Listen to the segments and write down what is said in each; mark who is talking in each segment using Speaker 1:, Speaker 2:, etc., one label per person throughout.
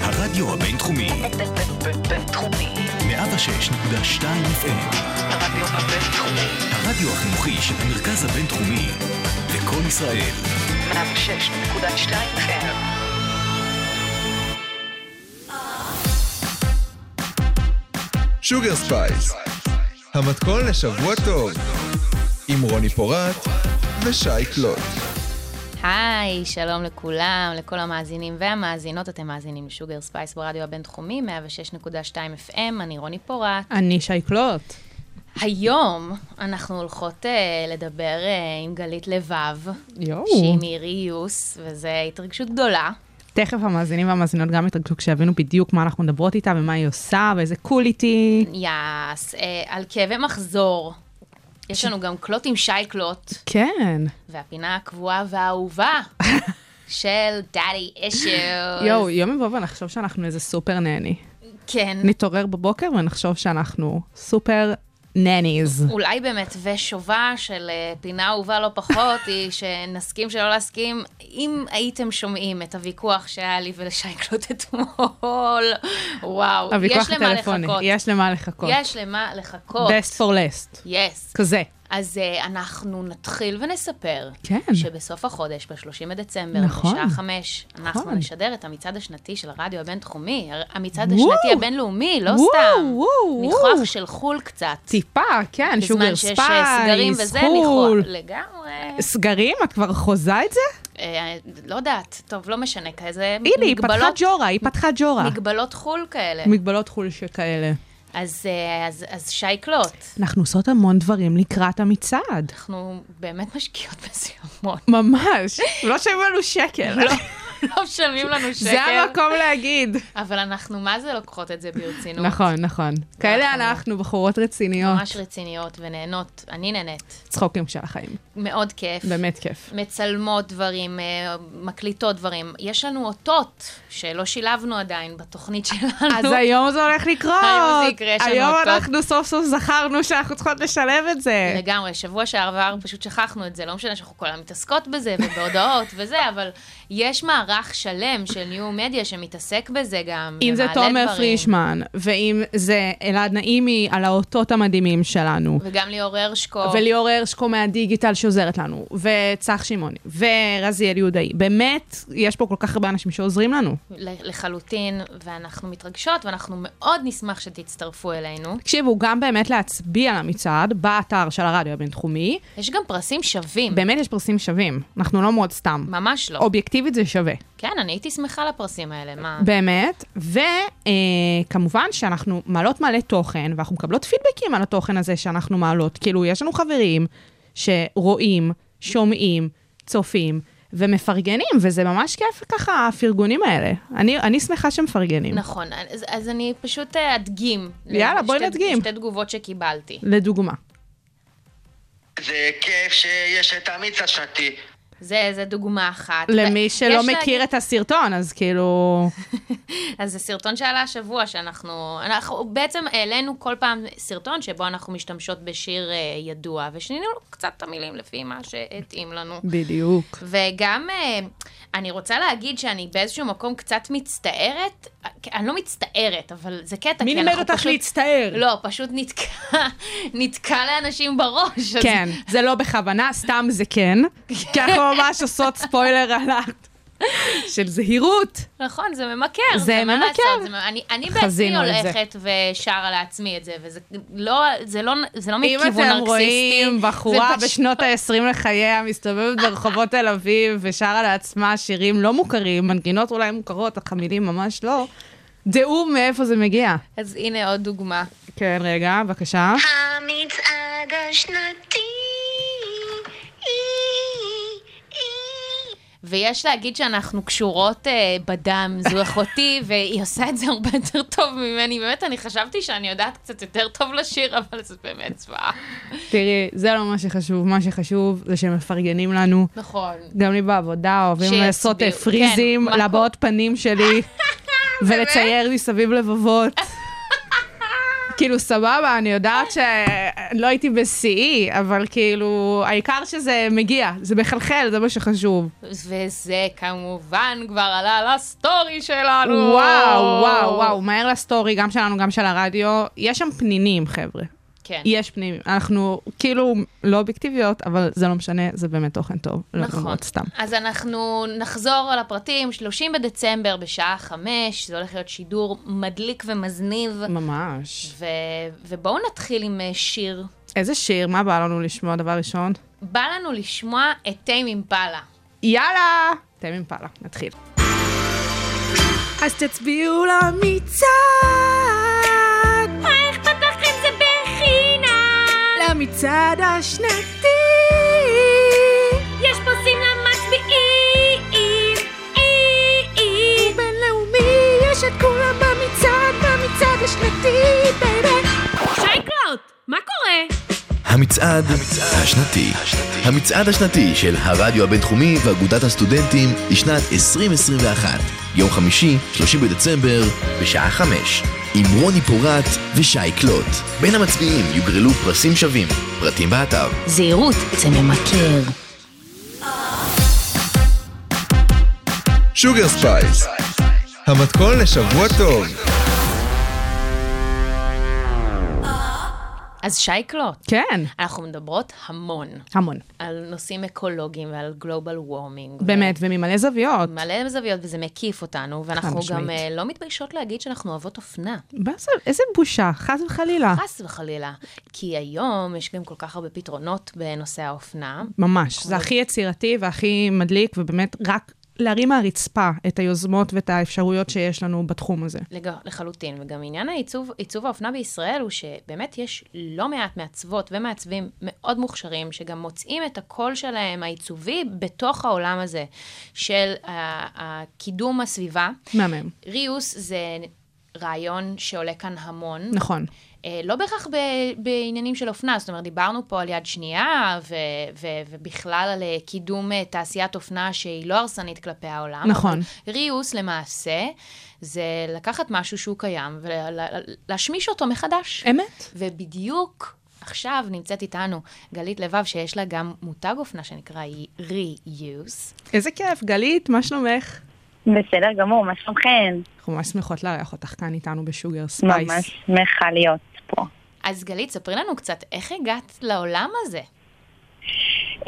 Speaker 1: הרדיו הבינתחומי,
Speaker 2: בינתחומי.
Speaker 1: 106.2 FM,
Speaker 2: הרדיו הבינתחומי.
Speaker 1: הרדיו החינוכי של המרכז הבינתחומי, לקום ישראל,
Speaker 2: 106.2 FM.
Speaker 3: שוגר ספייס, המתכון לשבוע טוב, עם רוני פורט ושי קלוט.
Speaker 4: היי, שלום לכולם, לכל המאזינים והמאזינות. אתם מאזינים לשוגר ספייס ברדיו הבינתחומי, 106.2 FM, אני רוני פורט.
Speaker 5: אני שייקלוט.
Speaker 4: היום אנחנו הולכות אה, לדבר אה, עם גלית לבב,
Speaker 5: יואו.
Speaker 4: שהיא מריוס, וזו התרגשות גדולה.
Speaker 5: תכף המאזינים והמאזינות גם יתרגשו כשיבינו בדיוק מה אנחנו מדברות איתה ומה היא עושה ואיזה קול איתי.
Speaker 4: יאס, אה, על כאבי מחזור. יש לנו גם קלוט עם שי קלוט,
Speaker 5: כן.
Speaker 4: והפינה הקבועה והאהובה של דאדי אישיוז.
Speaker 5: יואו, יום יבוא ונחשוב שאנחנו איזה סופר נני.
Speaker 4: כן.
Speaker 5: נתעורר בבוקר ונחשוב שאנחנו סופר נניז.
Speaker 4: אולי באמת, ושובה של אה, פינה אהובה לא פחות, היא שנסכים שלא להסכים, אם הייתם שומעים את הוויכוח שהיה לי ולשייקלוט אתמול, וואו,
Speaker 5: הוויכוח
Speaker 4: יש למה
Speaker 5: הטלפוני.
Speaker 4: לחכות.
Speaker 5: יש למה לחכות.
Speaker 4: יש למה לחכות.
Speaker 5: best for last.
Speaker 4: יס.
Speaker 5: כזה.
Speaker 4: אז אה, אנחנו נתחיל ונספר
Speaker 5: כן.
Speaker 4: שבסוף החודש, ב-30 בדצמבר,
Speaker 5: נכון.
Speaker 4: בשעה חמש, אנחנו
Speaker 5: נכון.
Speaker 4: נשדר את המצעד השנתי של הרדיו הבינתחומי, הר- המצעד
Speaker 5: וואו.
Speaker 4: השנתי הבינלאומי, לא
Speaker 5: וואו,
Speaker 4: סתם.
Speaker 5: וואו,
Speaker 4: ניחוח
Speaker 5: וואו.
Speaker 4: של חול קצת.
Speaker 5: טיפה, כן, שוגר
Speaker 4: בזמן שיש אה, סגרים
Speaker 5: ספייס,
Speaker 4: וזה,
Speaker 5: חול.
Speaker 4: ניחוח. לגמרי.
Speaker 5: סגרים? את כבר חוזה את זה?
Speaker 4: אה, לא יודעת, טוב, לא משנה, כזה
Speaker 5: הנה, היא פתחה
Speaker 4: מגבלות,
Speaker 5: ג'ורה, היא פתחה ג'ורה.
Speaker 4: מגבלות חול כאלה.
Speaker 5: מגבלות חול שכאלה.
Speaker 4: אז, אה, אז, אז שי קלוט,
Speaker 5: אנחנו עושות המון דברים לקראת המצעד.
Speaker 4: אנחנו באמת משקיעות בזה המון.
Speaker 5: ממש. לא שווים לנו שקל.
Speaker 4: לא, לא שווים לנו שקל.
Speaker 5: זה המקום להגיד.
Speaker 4: אבל אנחנו מה זה לוקחות את זה ברצינות.
Speaker 5: נכון, נכון. כאלה אנחנו, בחורות רציניות.
Speaker 4: ממש רציניות ונהנות, אני נהנית,
Speaker 5: צחוקים של החיים.
Speaker 4: מאוד כיף.
Speaker 5: באמת כיף.
Speaker 4: מצלמות דברים, אה, מקליטות דברים. יש לנו אותות שלא שילבנו עדיין בתוכנית שלנו.
Speaker 5: אז היום זה הולך לקרות.
Speaker 4: היום זה יקרה, יש לנו
Speaker 5: היום
Speaker 4: אותו.
Speaker 5: אנחנו סוף סוף זכרנו שאנחנו צריכות לשלב את זה.
Speaker 4: לגמרי, שבוע שעבר פשוט שכחנו את זה, לא משנה שאנחנו כל היום מתעסקות בזה ובהודעות וזה, אבל יש מערך שלם של ניו מדיה שמתעסק בזה גם,
Speaker 5: אם זה
Speaker 4: ומעלה
Speaker 5: תומר
Speaker 4: דברים.
Speaker 5: פרישמן, ואם זה אלעד נעימי על האותות המדהימים שלנו.
Speaker 4: וגם ליאור הרשקו.
Speaker 5: וליאור הרשקו מהדיגיטל שעוזרת לנו, וצח שמעוני, ורזיאל יהודאי. באמת, יש פה כל כך הרבה אנשים שעוזרים לנו.
Speaker 4: לחלוטין, ואנחנו מתרגשות, ואנחנו מאוד נשמח שתצטרפו אלינו.
Speaker 5: תקשיבו, גם באמת להצביע למצעד, באתר של הרדיו הבינתחומי,
Speaker 4: יש גם פרסים שווים,
Speaker 5: באמת יש פרסים שווים, אנחנו לא מאוד סתם.
Speaker 4: ממש לא.
Speaker 5: אובייקטיבית זה שווה,
Speaker 4: כן, אני הייתי שמחה לפרסים האלה, מה?
Speaker 5: באמת. וכמובן שאנחנו מעלות מלא תוכן, ואנחנו מקבלות פידבקים על התוכן הזה שאנחנו מעלות. כאילו, יש לנו חברים שרואים, שומעים, צופים. ומפרגנים, וזה ממש כיף ככה, הפרגונים האלה. אני, אני שמחה שמפרגנים.
Speaker 4: נכון, אז, אז אני פשוט אה, אדגים.
Speaker 5: יאללה, בואי
Speaker 4: לשתי-
Speaker 5: נדגים.
Speaker 4: שתי תגובות שקיבלתי.
Speaker 5: לדוגמה.
Speaker 6: זה כיף שיש את המיץ השנתי.
Speaker 4: זה, זה דוגמה אחת.
Speaker 5: למי
Speaker 4: ו-
Speaker 5: שלא
Speaker 4: יש
Speaker 5: מכיר
Speaker 4: להגיד-
Speaker 5: את הסרטון, אז כאילו...
Speaker 4: אז זה סרטון שעלה השבוע, שאנחנו... אנחנו בעצם העלינו כל פעם סרטון שבו אנחנו משתמשות בשיר אה, ידוע, ושינינו לו קצת את המילים לפי מה שהתאים לנו.
Speaker 5: בדיוק.
Speaker 4: כן, וגם אה, אני רוצה להגיד שאני באיזשהו מקום קצת מצטערת, אה, אני לא מצטערת, אבל זה קטע,
Speaker 5: מי
Speaker 4: כי
Speaker 5: לימד
Speaker 4: אנחנו
Speaker 5: אותך
Speaker 4: פשוט...
Speaker 5: להצטער?
Speaker 4: לא, פשוט נתקע, נתקע לאנשים בראש. אז-
Speaker 5: כן, זה לא בכוונה, סתם זה כן. כי אנחנו ממש עושות ספוילר על ה... של זהירות.
Speaker 4: נכון, זה ממכר.
Speaker 5: זה
Speaker 4: מה
Speaker 5: ממכר.
Speaker 4: לעשות, זה ממ- אני, אני בעצמי
Speaker 5: חזינו על זה.
Speaker 4: הולכת ושרה לעצמי את זה, וזה לא, זה לא, זה לא
Speaker 5: אם
Speaker 4: מכיוון נרקסיסטי.
Speaker 5: אתם רואים בחורה
Speaker 4: זה פשוט-
Speaker 5: בשנות ה-20 לחייה מסתובבת ברחובות תל אביב ושרה לעצמה שירים לא מוכרים, מנגינות אולי מוכרות, אך המילים ממש לא, דעו מאיפה זה מגיע.
Speaker 4: אז הנה עוד דוגמה.
Speaker 5: כן, רגע, בבקשה.
Speaker 7: המצעד השנתי. אי, אי.
Speaker 4: ויש להגיד שאנחנו קשורות אה, בדם, זו אחותי, והיא עושה את זה הרבה יותר טוב ממני. באמת, אני חשבתי שאני יודעת קצת יותר טוב לשיר, אבל זה באמת צבעה.
Speaker 5: תראי, זה לא מה שחשוב, מה שחשוב זה שמפרגנים לנו.
Speaker 4: נכון.
Speaker 5: גם לי בעבודה אוהבים
Speaker 4: שיצביעו.
Speaker 5: לעשות אה,
Speaker 4: כן,
Speaker 5: פריזים
Speaker 4: מה-
Speaker 5: לבעות פנים שלי ולצייר מסביב לבבות. כאילו, סבבה, אני יודעת שלא הייתי בשיאי, אבל כאילו, העיקר שזה מגיע, זה מחלחל, זה מה שחשוב.
Speaker 4: וזה כמובן כבר עלה לסטורי שלנו.
Speaker 5: וואו, וואו, וואו, מהר לסטורי, גם שלנו, גם של הרדיו. יש שם פנינים, חבר'ה.
Speaker 4: כן.
Speaker 5: יש פנינים. אנחנו כאילו לא אובייקטיביות, אבל זה לא משנה, זה באמת תוכן טוב. לא
Speaker 4: נכון.
Speaker 5: למרות סתם.
Speaker 4: אז אנחנו נחזור על הפרטים, 30 בדצמבר בשעה 5, זה הולך להיות שידור מדליק ומזניב,
Speaker 5: ממש.
Speaker 4: ו... ובואו נתחיל עם אה, שיר.
Speaker 5: איזה שיר, מה בא לנו לשמוע דבר ראשון?
Speaker 4: בא לנו לשמוע את טיים אימפלה.
Speaker 5: יאללה! תן אימפלה, נתחיל. אז תצביעו למצעד!
Speaker 8: איך פתחתם זה בחינם?
Speaker 5: למצעד השנתי!
Speaker 8: יש פוסים למצביעים!
Speaker 5: בינלאומי יש את כולם במצעד, במצעד השנתי, באמת!
Speaker 8: שייקלוט, מה קורה?
Speaker 9: המצעד השנתי. המצעד השנתי של הרדיו הבינתחומי ואגודת הסטודנטים לשנת 2021. יום חמישי, 30 בדצמבר, בשעה 5. עם רוני פורט ושי קלוט. בין המצביעים יוגרלו פרסים שווים. פרטים באתר.
Speaker 10: זהירות, זה ממכר.
Speaker 3: שוגר ספייס, המתכון לשבוע טוב.
Speaker 4: אז שייקלוט,
Speaker 5: כן,
Speaker 4: אנחנו מדברות המון
Speaker 5: המון.
Speaker 4: על נושאים אקולוגיים ועל גלובל וורמינג.
Speaker 5: באמת, וממלא זוויות.
Speaker 4: מלא זוויות, וזה מקיף אותנו, ואנחנו
Speaker 5: משמעית.
Speaker 4: גם אה, לא מתביישות להגיד שאנחנו אוהבות אופנה.
Speaker 5: מה זה- איזה בושה, חס וחלילה.
Speaker 4: חס וחלילה. כי היום יש גם כל כך הרבה פתרונות בנושא האופנה.
Speaker 5: ממש, זה הכי יצירתי והכי מדליק, ובאמת רק להרים מהרצפה את היוזמות ואת האפשרויות שיש לנו בתחום הזה.
Speaker 4: לג... לחלוטין, וגם עניין העיצוב, עיצוב האופנה בישראל הוא שבאמת יש לא מעט מעצבות ומעצבים מאוד מוכשרים, שגם מוצאים את הקול שלהם העיצובי בתוך העולם הזה של uh, uh, קידום הסביבה.
Speaker 5: מהמם.
Speaker 4: ריוס זה רעיון שעולה כאן המון.
Speaker 5: נכון.
Speaker 4: אה, לא בהכרח ב, בעניינים של אופנה, זאת אומרת, דיברנו פה על יד שנייה, ו, ו, ובכלל על אה, קידום אה, תעשיית אופנה שהיא לא הרסנית כלפי העולם.
Speaker 5: נכון.
Speaker 4: אבל ריוס למעשה, זה לקחת משהו שהוא קיים ולהשמיש אותו מחדש.
Speaker 5: אמת?
Speaker 4: ובדיוק עכשיו נמצאת איתנו גלית לבב, שיש לה גם מותג אופנה שנקרא ריוס.
Speaker 5: איזה כיף, גלית, מה שלומך?
Speaker 11: בסדר גמור, מה שלומכן?
Speaker 5: אנחנו ממש שמחות לארח אותך כאן איתנו בשוגר ספייס.
Speaker 11: ממש שמחה להיות פה.
Speaker 4: אז גלית, ספרי לנו קצת איך הגעת לעולם הזה.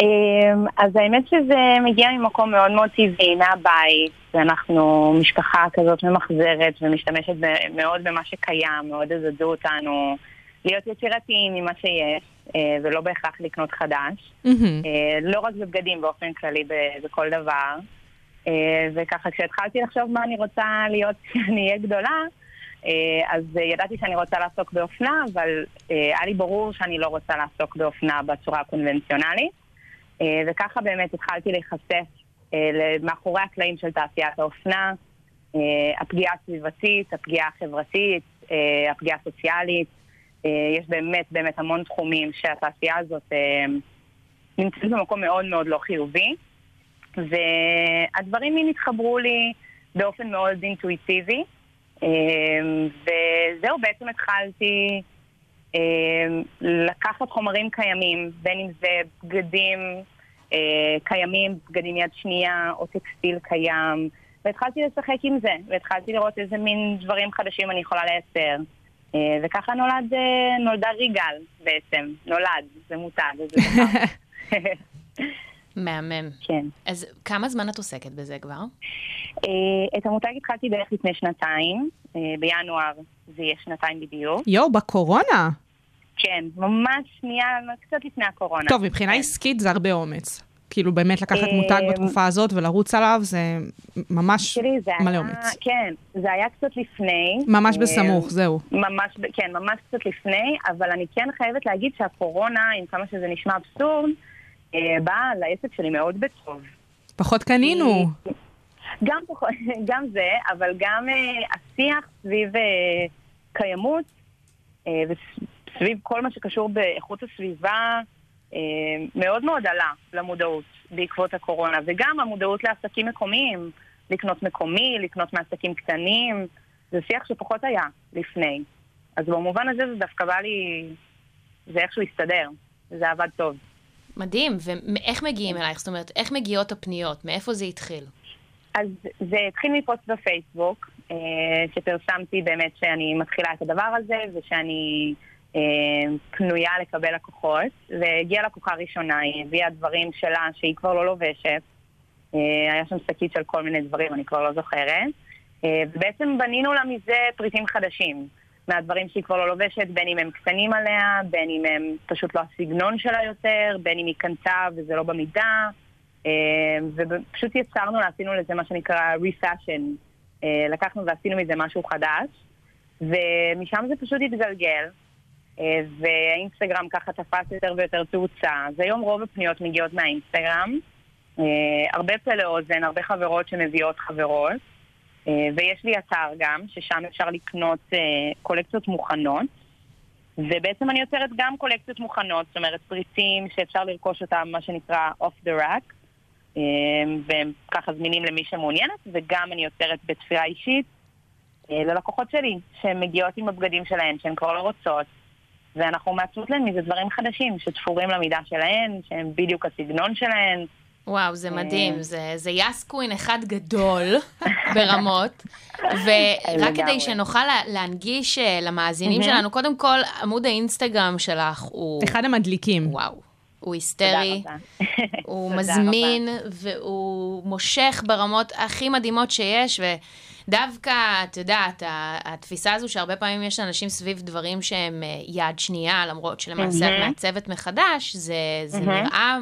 Speaker 11: אמ, אז האמת שזה מגיע ממקום מאוד מאוד טבעי, מהבית. אנחנו משפחה כזאת ממחזרת ומשתמשת ב- מאוד במה שקיים, מאוד עזדו אותנו להיות יצירתיים ממה שיש, אה, ולא בהכרח לקנות חדש.
Speaker 5: מהמם.
Speaker 11: אה, לא רק בבגדים, באופן כללי ב- בכל דבר. אה, וככה, כשהתחלתי לחשוב מה אני רוצה להיות כשאני אהיה גדולה, אה, אז אה, ידעתי שאני רוצה לעסוק באופנה, אבל אה, היה לי ברור שאני לא רוצה לעסוק באופנה בצורה הקונבנציונלית. אה, וככה באמת התחלתי להיחשף אה, למאחורי הקלעים של תעשיית האופנה, אה, הפגיעה הסביבתית, הפגיעה החברתית, אה, הפגיעה הסוציאלית. אה, יש באמת באמת המון תחומים שהתעשייה הזאת אה, נמצאת במקום מאוד מאוד לא חיובי. והדברים מין התחברו לי באופן מאוד אינטואיטיבי. אה, וזהו, בעצם התחלתי אה, לקחת חומרים קיימים, בין אם זה בגדים אה, קיימים, בגדים יד שנייה או טקסטיל קיים, והתחלתי לשחק עם זה, והתחלתי לראות איזה מין דברים חדשים אני יכולה לייצר. אה, וככה נולד, אה, נולדה ריגל בעצם, נולד, זה מותג, זה דבר.
Speaker 4: מהמם.
Speaker 11: כן.
Speaker 4: אז כמה זמן את עוסקת בזה כבר?
Speaker 11: אה, את המותג התחלתי בערך לפני שנתיים, אה, בינואר זה יהיה שנתיים בדיוק.
Speaker 5: יואו, בקורונה.
Speaker 11: כן, ממש שנייה, קצת לפני הקורונה.
Speaker 5: טוב, מבחינה
Speaker 11: כן.
Speaker 5: עסקית זה הרבה אומץ. כאילו, באמת לקחת
Speaker 11: אה,
Speaker 5: מותג בתקופה הזאת ולרוץ עליו, זה ממש
Speaker 11: תראי, זה
Speaker 5: מלא
Speaker 11: היה-
Speaker 5: אומץ.
Speaker 11: כן, זה היה קצת לפני.
Speaker 5: ממש
Speaker 11: אה,
Speaker 5: בסמוך, זהו.
Speaker 11: ממש, ב- כן, ממש קצת לפני, אבל אני כן חייבת להגיד שהקורונה, עם כמה שזה נשמע אבסורד, אה, באה לעסק שלי מאוד בטוב.
Speaker 5: פחות קנינו.
Speaker 11: גם, פחות- גם זה, אבל גם אה, השיח סביב אה, קיימות אה, וסביב כל מה שקשור באיכות הסביבה אה, מאוד מאוד עלה למודעות בעקבות הקורונה, וגם המודעות לעסקים מקומיים, לקנות מקומי, לקנות מעסקים קטנים, זה שיח שפחות היה לפני. אז במובן הזה זה דווקא בא לי, זה איכשהו הסתדר, זה עבד טוב.
Speaker 4: מדהים, ואיך מגיעים אלייך? זאת אומרת, איך מגיעות הפניות? מאיפה זה התחיל?
Speaker 11: אז זה התחיל מפוסט בפייסבוק, אה, שפרסמתי באמת שאני מתחילה את הדבר הזה, ושאני אה, פנויה לקבל לקוחות, והגיעה לקוחה ראשונה, היא הביאה דברים שלה שהיא כבר לא לובשת. אה, היה שם שקית של כל מיני דברים, אני כבר לא זוכרת. אה, ובעצם בנינו לה מזה פריטים חדשים. מהדברים שהיא כבר לא לובשת, בין אם הם קטנים עליה, בין אם הם פשוט לא הסגנון שלה יותר, בין אם היא קנתה וזה לא במידה. אה, ופשוט יצרנו לה, עשינו לזה מה שנקרא refashion. אה, לקחנו ועשינו מזה משהו חדש, ומשם זה פשוט התגלגל. אה, והאינסטגרם ככה תפס יותר ויותר תאוצה. אז היום רוב הפניות מגיעות מהאינסטגרם. אה, הרבה פה לאוזן, הרבה חברות שמביאות חברות. אה, ויש לי אתר גם, ששם אפשר לקנות אה, קולקציות מוכנות. ובעצם אני יוצרת גם קולקציות מוכנות, זאת אומרת פריטים שאפשר לרכוש אותם, מה שנקרא off the rack, אה, והם ככה זמינים למי שמעוניינת, וגם אני יוצרת בתפירה אישית אה, ללקוחות שלי, שהן מגיעות עם הבגדים שלהן, שהן כבר לא רוצות, ואנחנו מעצבות להן מזה דברים חדשים, שתפורים למידה שלהן, שהם בדיוק הסגנון שלהן.
Speaker 4: וואו,
Speaker 5: כן.
Speaker 4: זה מדהים, זה, זה יסקווין אחד גדול ברמות, ורק
Speaker 11: לגמרי.
Speaker 4: כדי שנוכל לה- להנגיש אה, למאזינים
Speaker 5: מהמם.
Speaker 4: שלנו, קודם כל, עמוד האינסטגרם שלך הוא...
Speaker 5: אחד המדליקים.
Speaker 4: וואו. הוא היסטרי, הוא מזמין והוא מושך ברמות הכי מדהימות שיש, ודווקא, את יודעת, ה- התפיסה הזו שהרבה פעמים יש אנשים סביב דברים שהם אה, יד שנייה, למרות שלמעשה את
Speaker 5: מהמם.
Speaker 4: מעצבת מחדש, זה, זה
Speaker 5: מהמם.
Speaker 4: נראה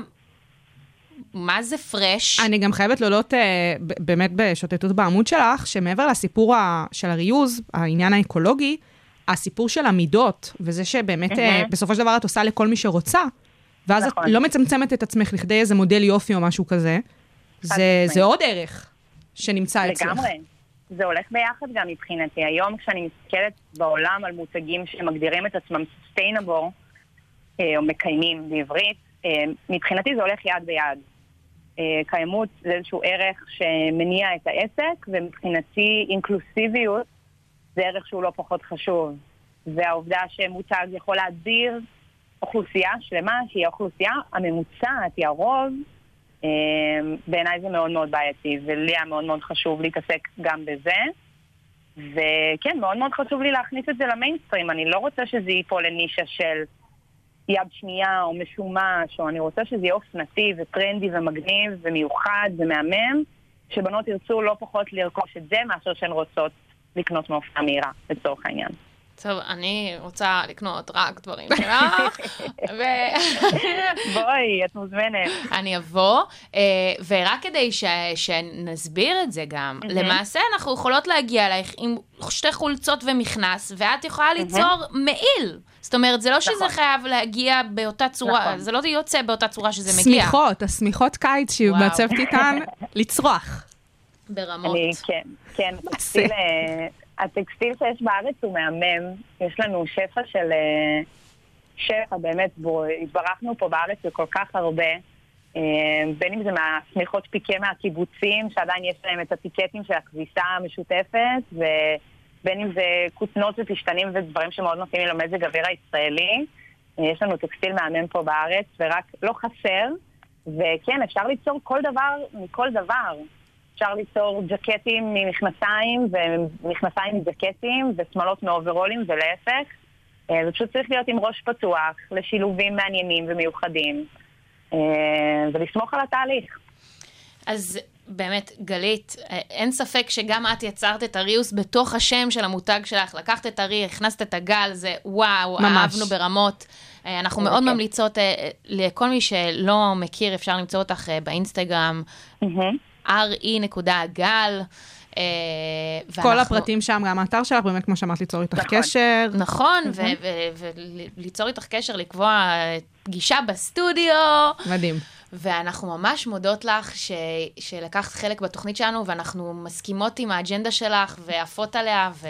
Speaker 4: מה זה פרש?
Speaker 5: אני גם חייבת להודות אה, ב- באמת בשוטטות בעמוד שלך, שמעבר לסיפור ה- של הריוז, העניין האקולוגי, הסיפור של המידות, וזה שבאמת אה,
Speaker 4: מהמם.
Speaker 5: בסופו של דבר את עושה לכל מי שרוצה, ואז את
Speaker 4: נכון.
Speaker 5: לא מצמצמת את עצמך לכדי איזה מודל יופי או משהו כזה, זה-
Speaker 11: משמעית.
Speaker 5: זה עוד ערך שנמצא אצלך.
Speaker 11: לגמרי. זה הולך ביחד גם מבחינתי. היום כשאני מסתכלת בעולם על מותגים שמגדירים את עצמם sustainable, אה, או מקיימים בעברית, אה, מבחינתי זה הולך יד ביד. אה, קיימות זה איזשהו ערך שמניע את העסק, ומבחינתי אינקלוסיביות זה ערך שהוא לא פחות חשוב. והעובדה שמותג יכול להדיר אוכלוסייה שלמה, שהיא האוכלוסייה הממוצעת, היא הרוב, אה, בעיניי זה מאוד מאוד בעייתי, ולי היה מאוד מאוד חשוב להתעסק גם בזה. וכן, מאוד מאוד חשוב לי להכניס את זה למיינסטרים. אני לא רוצה שזה ייפול לנישה של יד שנייה או משומש, או אני רוצה שזה יהיה אופנתי וטרנדי ומגניב ומיוחד ומהמם, שבנות ירצו לא פחות לרכוש את זה מאשר שהן רוצות לקנות מאופנה מהירה, לצורך העניין.
Speaker 4: טוב, אני רוצה לקנות רק דברים שלך, ו...
Speaker 11: בואי, את מוזמנת.
Speaker 4: אני אבוא, אה, ורק כדי ש... שנסביר את זה גם,
Speaker 11: מהמם.
Speaker 4: למעשה אנחנו יכולות להגיע אלייך עם שתי חולצות ומכנס, ואת יכולה ליצור מעיל. זאת אומרת, זה לא שזה חייב להגיע באותה צורה,
Speaker 5: נכון.
Speaker 4: זה לא יוצא באותה צורה שזה מגיע.
Speaker 5: שמיכות, השמיכות קיץ שהיא
Speaker 4: וואו.
Speaker 5: מעצבת איתן, לצרוח.
Speaker 4: ברמות.
Speaker 11: אני, כן, כן. הטקסטיל, אה, הטקסטיל שיש בארץ הוא מהמם. יש לנו שפע של... אה, שפע, באמת, בו, התברכנו פה בארץ בכל כך הרבה. אה, בין אם זה מהשמיכות פיקה מהקיבוצים, שעדיין יש להם את הטיקטים של הכביסה המשותפת, ובין אם זה כותנות ופשתנים ודברים שמאוד מתאימים למזג האוויר הישראלי. אה, יש לנו טקסטיל מהמם פה בארץ, ורק לא חסר. וכן, אפשר ליצור כל דבר מכל דבר. אפשר ליצור ג'קטים ממכנסיים, ומכנסיים מג'קטים, ושמלות מאוברולים, ולהפך. אה, זה פשוט צריך להיות עם ראש פתוח, לשילובים מעניינים ומיוחדים, אה, ולסמוך על התהליך.
Speaker 4: אז באמת, גלית, אה, אין ספק שגם את יצרת את הריוס בתוך השם של המותג שלך. לקחת את הרי, הכנסת את הגל, זה וואו,
Speaker 5: ממש.
Speaker 4: אהבנו ברמות. אה, אנחנו מאוד
Speaker 5: אוקיי.
Speaker 4: ממליצות, אה, אה, לכל מי שלא מכיר, אפשר למצוא אותך אה, באינסטגרם, re.הגל. אה,
Speaker 5: כל
Speaker 4: ואנחנו-
Speaker 5: הפרטים שם, גם האתר שלך, באמת, כמו שאמרת, ליצור איתך קשר.
Speaker 4: נכון, וליצור איתך קשר, לקבוע אה, פגישה בסטודיו.
Speaker 5: מדהים.
Speaker 4: ואנחנו ממש מודות לך ש... שלקחת חלק בתוכנית שלנו, ואנחנו מסכימות עם האג'נדה שלך ועפות עליה, ו...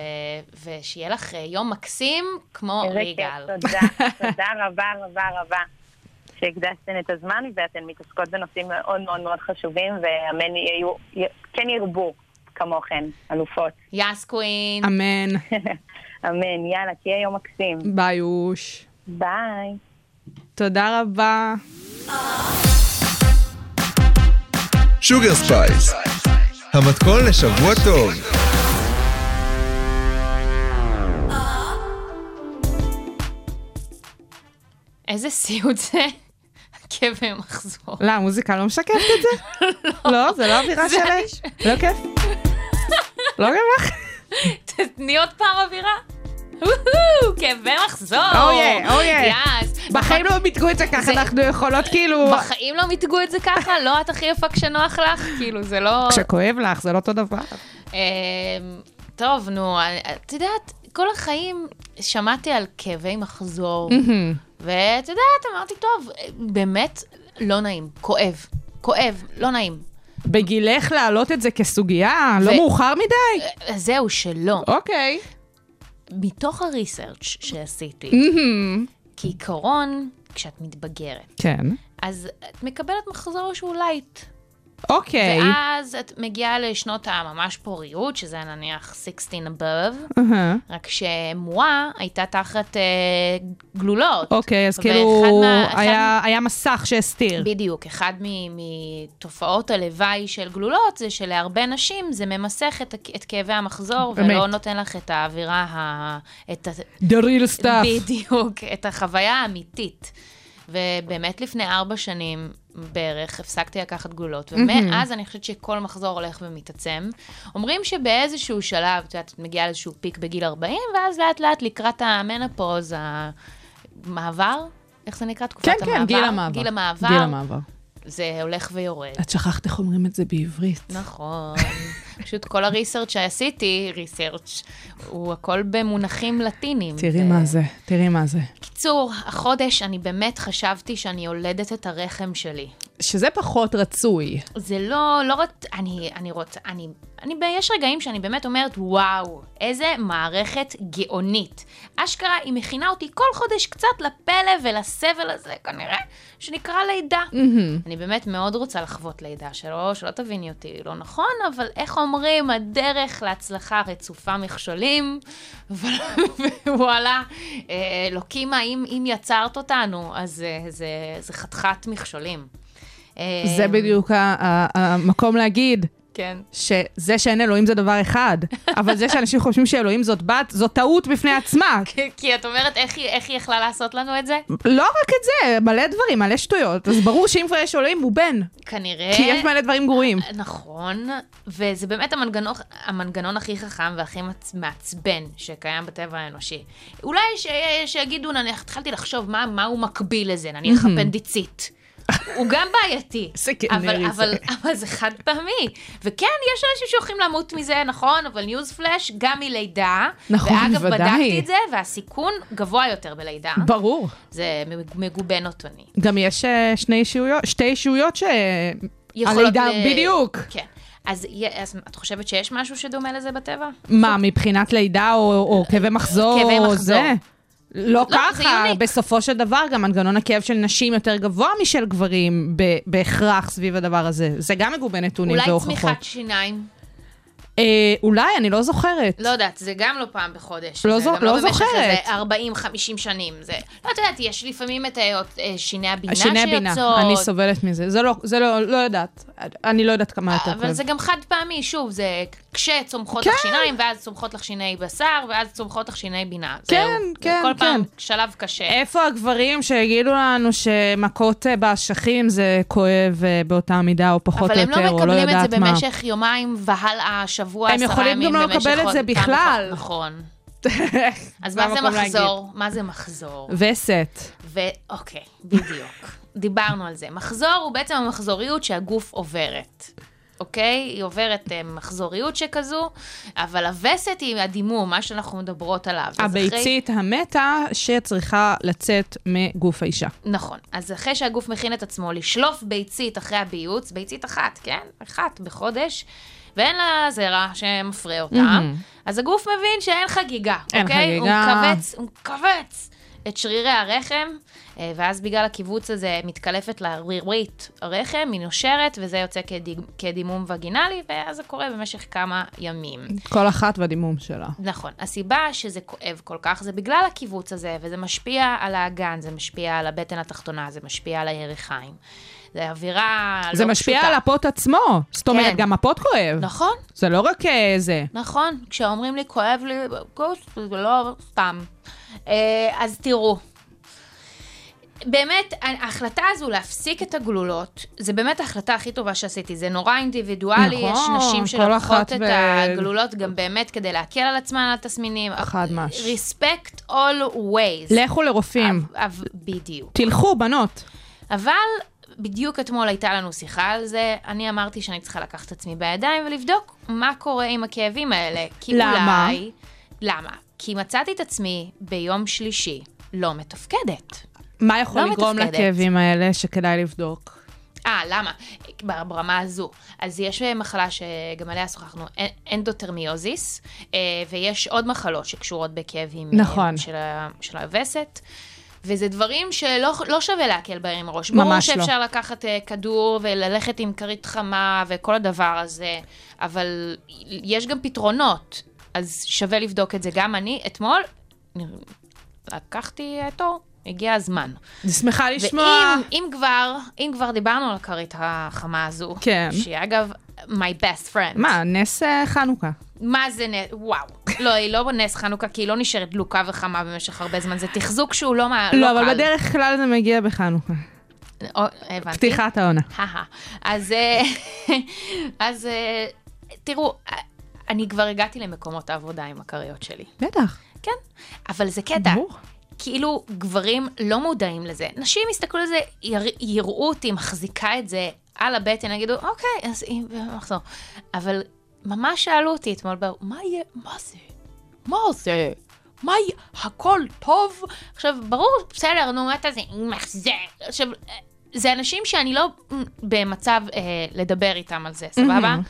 Speaker 4: ושיהיה לך אה, יום מקסים כמו
Speaker 11: איזה אה, כיף,
Speaker 4: ריגל.
Speaker 11: תודה, תודה רבה רבה רבה שהקדשתן את הזמן, ואתן מתעסקות בנושאים מאוד מאוד מאוד חשובים, ואמן יהיו, י- כן ירבו כמוכן, אלופות.
Speaker 4: יאס קווין.
Speaker 5: אמן.
Speaker 11: אמן, יאללה, תהיה יום מקסים.
Speaker 5: ביי אוש.
Speaker 11: ביי.
Speaker 5: תודה רבה.
Speaker 3: שוגר ספייס, המתכון לשבוע טוב.
Speaker 4: איזה סיוט זה? עקב ומחזור.
Speaker 5: לא, המוזיקה לא משקפת את זה? לא, זה לא אווירה
Speaker 4: זה
Speaker 5: שלך? לא כיף? לא גם לך?
Speaker 4: תני עוד פעם אווירה. וואו, כאב ומחזור.
Speaker 5: אויה, אויה.
Speaker 4: יאס.
Speaker 5: בחיים לא ביטגו את זה ככה, אנחנו יכולות כאילו...
Speaker 4: בחיים לא מיתגו את זה ככה? לא את הכי יפה כשנוח לך? כאילו, זה לא...
Speaker 5: כשכואב לך, זה לא אותו דבר.
Speaker 4: אמ, טוב, נו, אני- את יודעת, כל החיים שמעתי על כאבי מחזור,
Speaker 5: מהמם.
Speaker 4: ואת יודעת, אמרתי, טוב, באמת לא נעים, כואב, כואב, לא נעים.
Speaker 5: בגילך להעלות את זה כסוגיה? לא
Speaker 4: ו-
Speaker 5: מאוחר מדי?
Speaker 4: אה, זהו, שלא.
Speaker 5: אוקיי.
Speaker 4: מתוך הריסרצ' שעשיתי,
Speaker 5: Mm. מהמם.
Speaker 4: כעיקרון, כשאת מתבגרת,
Speaker 5: כן.
Speaker 4: אז את מקבלת מחזור שהוא לייט.
Speaker 5: אוקיי.
Speaker 4: ואז את מגיעה לשנות הממש פוריות, שזה נניח 16 above,
Speaker 5: אהה.
Speaker 4: רק שמועה הייתה תחת אה, גלולות.
Speaker 5: אוקיי, אז
Speaker 4: ואחד
Speaker 5: כאילו
Speaker 4: מה- אחד
Speaker 5: היה- היה מסך שהסתיר.
Speaker 4: בדיוק, אחד מ- מתופעות הלוואי של גלולות זה שלהרבה נשים זה ממסך את, הכ- את כאבי המחזור
Speaker 5: אמת.
Speaker 4: ולא נותן לך את האווירה, ה, את, ה,
Speaker 5: The real stuff.
Speaker 4: בדיוק, את החוויה האמיתית. ובאמת לפני ארבע שנים בערך הפסקתי לקחת גלולות, ומאז אני חושבת שכל מחזור הולך ומתעצם. אומרים שבאיזשהו שלב, את יודעת, את מגיעה לאיזשהו פיק בגיל 40, ואז לאט לאט לקראת המנפוז, המעבר, איך זה נקרא? תקופת
Speaker 5: כן,
Speaker 4: המעבר?
Speaker 5: כן, גיל המעבר.
Speaker 4: גיל המעבר.
Speaker 5: גיל המעבר.
Speaker 4: זה הולך ויורד.
Speaker 5: את שכחת איך אומרים את זה בעברית.
Speaker 4: נכון. פשוט כל הריסרצ' שעשיתי, ריסרצ', הוא הכל במונחים לטינים.
Speaker 5: תראי
Speaker 4: ו-
Speaker 5: מה זה, תראי מה זה.
Speaker 4: בקיצור, החודש אני באמת חשבתי שאני יולדת את הרחם שלי.
Speaker 5: שזה פחות רצוי.
Speaker 4: זה לא, לא רק, אני, אני רוצה, אני, אני, ב- יש רגעים שאני באמת אומרת, וואו, איזה מערכת גאונית. אשכרה, היא מכינה אותי כל חודש קצת לפלא ולסבל הזה, כנראה, שנקרא לידה. אני באמת מאוד רוצה לחוות לידה, שלא, שלא תביני אותי לא נכון, אבל איך אומרים, הדרך להצלחה רצופה מכשולים, ווואלה, אה, לוקימה, אם, אם יצרת אותנו, אז אה, זה, זה חתיכת מכשולים. אה,
Speaker 5: זה בדיוק ה- ה- המקום להגיד.
Speaker 4: כן.
Speaker 5: שזה שאין אלוהים זה דבר אחד, אבל זה שאנשים חושבים שאלוהים זאת בת, זו טעות בפני עצמה.
Speaker 4: כי- כי את אומרת, איך היא- איך היא יכלה לעשות לנו את זה?
Speaker 5: לא רק את זה, מלא דברים, מלא שטויות. אז ברור שאם כבר יש אלוהים, הוא בן,
Speaker 4: כנראה...
Speaker 5: כי יש מלא דברים גרועים.
Speaker 4: נכון, וזה באמת המנגנון, המנגנון הכי חכם והכי מצ- מעצבן שקיים בטבע האנושי. אולי ש, שיגידו, נניח, התחלתי לחשוב מה, מה הוא מקביל לזה, נניח אפנדיצית. הוא גם בעייתי,
Speaker 5: זה
Speaker 4: אבל,
Speaker 5: גנרי,
Speaker 4: אבל, אבל זה חד פעמי. וכן, יש אנשים שהולכים למות מזה, נכון, אבל ניוז פלאש גם מלידה.
Speaker 5: נכון,
Speaker 4: ואגב,
Speaker 5: ודאי.
Speaker 4: בדקתי את זה, והסיכון גבוה יותר בלידה.
Speaker 5: ברור.
Speaker 4: זה מגובה נוטוני.
Speaker 5: גם יש אה, שני אישויות, שתי אישויות ש...
Speaker 4: יכולות
Speaker 5: הלידה,
Speaker 4: ל-
Speaker 5: בדיוק.
Speaker 4: כן. אז, יה- אז את חושבת שיש משהו שדומה לזה בטבע?
Speaker 5: מה, מבחינת לידה או, או כאבי מחזור
Speaker 4: כאבי
Speaker 5: או
Speaker 4: מחזור.
Speaker 5: זה? לא
Speaker 4: זה
Speaker 5: ככה,
Speaker 4: יוניק.
Speaker 5: בסופו של דבר גם מנגנון הכאב של נשים יותר גבוה משל גברים ב- בהכרח סביב הדבר הזה. זה גם מגובה נתונים
Speaker 4: אולי
Speaker 5: והוכחות.
Speaker 4: צמיחת שיניים?
Speaker 5: אה, אולי, אני לא זוכרת.
Speaker 4: לא יודעת, זה גם לא פעם בחודש.
Speaker 5: לא זו-
Speaker 4: זה גם
Speaker 5: לא
Speaker 4: במשך
Speaker 5: זוכרת.
Speaker 4: איזה 40-50 שנים. זה, לא את יודעת, יש לפעמים את אה, אה, שיני הבינה שיוצאות.
Speaker 5: שיני הבינה, אני סובלת מזה. זה לא, זה לא, לא יודעת. אני לא יודעת כמה יותר
Speaker 4: אבל
Speaker 5: כואב.
Speaker 4: זה גם חד פעמי, שוב, זה כשצומחות
Speaker 5: כן.
Speaker 4: לך שיניים, ואז צומחות לך שיני בשר, ואז צומחות לך שיני בינה.
Speaker 5: כן,
Speaker 4: זהו. זה
Speaker 5: כן,
Speaker 4: כל פעם
Speaker 5: כן.
Speaker 4: שלב קשה.
Speaker 5: איפה הגברים שהגידו לנו שמכות אה, באשכים זה כואב אה, באותה מידה או פחות
Speaker 4: אבל
Speaker 5: או
Speaker 4: הם
Speaker 5: יותר,
Speaker 4: לא
Speaker 5: או לא
Speaker 4: מקבלים את
Speaker 5: יודעת
Speaker 4: זה
Speaker 5: מה.
Speaker 4: במשך יומיים והלאה, שבוע,
Speaker 5: הם
Speaker 4: עשרה
Speaker 5: יכולים
Speaker 4: ימים,
Speaker 5: גם לא
Speaker 4: במשך
Speaker 5: לקבל את
Speaker 4: עוד
Speaker 5: זה
Speaker 4: כמה
Speaker 5: בכלל.
Speaker 4: חודשים. נכון. אז מה זה
Speaker 5: המקום לא להגיד.
Speaker 4: מחזור? מה זה מחזור?
Speaker 5: וסת.
Speaker 4: ואוקיי, בדיוק. דיברנו על זה. מחזור הוא בעצם המחזוריות שהגוף עוברת. אוקיי? היא עוברת אה, מחזוריות שכזו, אבל הווסת היא הדימום, מה שאנחנו מדברות עליו. אז אחרי-
Speaker 5: הביצית המתה שצריכה לצאת מגוף האישה.
Speaker 4: נכון. אז אחרי שהגוף מכין את עצמו לשלוף ביצית אחרי הביוץ, ביצית אחת, כן? אחת בחודש, ואין לה זרע שמפרה אותה, אז הגוף מבין שאין חגיגה,
Speaker 5: אין
Speaker 4: אוקיי? הוא
Speaker 5: חגיגה.
Speaker 4: מכווץ, הוא מכווץ את שרירי הרחם, אה, ואז בגלל הקיבוץ הזה מתקלפת לה רירית הרחם, היא נושרת, וזה יוצא כדיג- כדימום וגינלי, ואז זה קורה במשך כמה ימים.
Speaker 5: כל אחת והדימום שלה.
Speaker 4: נכון. הסיבה שזה כואב כל כך זה בגלל הקיבוץ הזה, וזה משפיע על האגן, זה משפיע על הבטן התחתונה, זה משפיע על הירכיים. זה אווירה לא
Speaker 5: זה משפיע
Speaker 4: פשוטה.
Speaker 5: על הפוט עצמו. זאת אומרת,
Speaker 4: כן.
Speaker 5: גם הפוט כואב.
Speaker 4: נכון.
Speaker 5: זה לא רק אה, זה.
Speaker 4: נכון, כשאומרים לי כואב לי, גוסט, זה לא סתם. אה, אז תראו. באמת, ההחלטה הזו להפסיק את הגלולות, זה באמת ההחלטה הכי טובה שעשיתי. זה נורא אינדיבידואלי,
Speaker 5: נכון,
Speaker 4: יש נשים
Speaker 5: כל
Speaker 4: שלוקחות
Speaker 5: אחת
Speaker 4: את
Speaker 5: ב-
Speaker 4: הגלולות גם באמת כדי להקל על עצמן על התסמינים.
Speaker 5: חד מש.
Speaker 4: respect all ways.
Speaker 5: לכו לרופאים.
Speaker 4: אב- אב- בדיוק.
Speaker 5: תלכו, בנות.
Speaker 4: אבל בדיוק אתמול הייתה לנו שיחה על זה, אני אמרתי שאני צריכה לקחת את עצמי בידיים ולבדוק מה קורה עם הכאבים האלה. כי
Speaker 5: למה?
Speaker 4: אולי... למה? כי מצאתי את עצמי ביום שלישי לא מתפקדת.
Speaker 5: מה יכול
Speaker 4: לא
Speaker 5: לגרום
Speaker 4: מתפקדת.
Speaker 5: לכאבים האלה שכדאי לבדוק?
Speaker 4: אה, למה? ב- ברמה הזו. אז יש אה, מחלה שגם עליה שוחחנו, אנ- אנדוטרמיוזיס, אה, ויש עוד מחלות שקשורות בכאבים אה,
Speaker 5: נכון.
Speaker 4: של, ה- של היובסת. וזה דברים שלא לא שווה להקל בהם עם הראש. ברור
Speaker 5: ממש
Speaker 4: שאפשר
Speaker 5: לא.
Speaker 4: לקחת אה, כדור וללכת עם כרית חמה וכל הדבר הזה, אבל יש גם פתרונות, אז שווה לבדוק את זה. גם אני אתמול לקחתי אה, תור, הגיע הזמן.
Speaker 5: אני שמחה לשמוע.
Speaker 4: ואם אם כבר, אם כבר דיברנו על הכרית החמה הזו,
Speaker 5: כן.
Speaker 4: שהיא אגב, my best friend.
Speaker 5: מה, נס אה, חנוכה.
Speaker 4: מה זה נס, וואו. לא, היא לא בנס חנוכה, כי היא לא נשארת דלוקה וחמה במשך הרבה זמן, זה תחזוק שהוא לא מה...
Speaker 5: לא, אבל
Speaker 4: קל. אוקיי.
Speaker 5: בדרך כלל זה מגיע בחנוכה.
Speaker 4: או, הבנתי.
Speaker 5: פתיחת העונה.
Speaker 4: הא-הא. אז, אה, אז אה, תראו, אה, אני כבר הגעתי למקומות העבודה עם הכריות שלי.
Speaker 5: בטח.
Speaker 4: כן, אבל זה קטע.
Speaker 5: ברור.
Speaker 4: כאילו, גברים לא מודעים לזה. נשים יסתכלו על זה, יר- יראו אותי מחזיקה את זה על הבטן, יגידו, אוקיי, אז אם... נחזור. אבל ממש שאלו אותי אתמול, באו, מה יהיה, מה זה? מה זה? מה יהיה, הכל טוב? עכשיו, ברור, בסדר, נו, אתה זה, מחזר. עכשיו, אה, זה אנשים שאני לא אה, במצב אה, לדבר איתם על זה, סבבה?
Speaker 5: מהמם.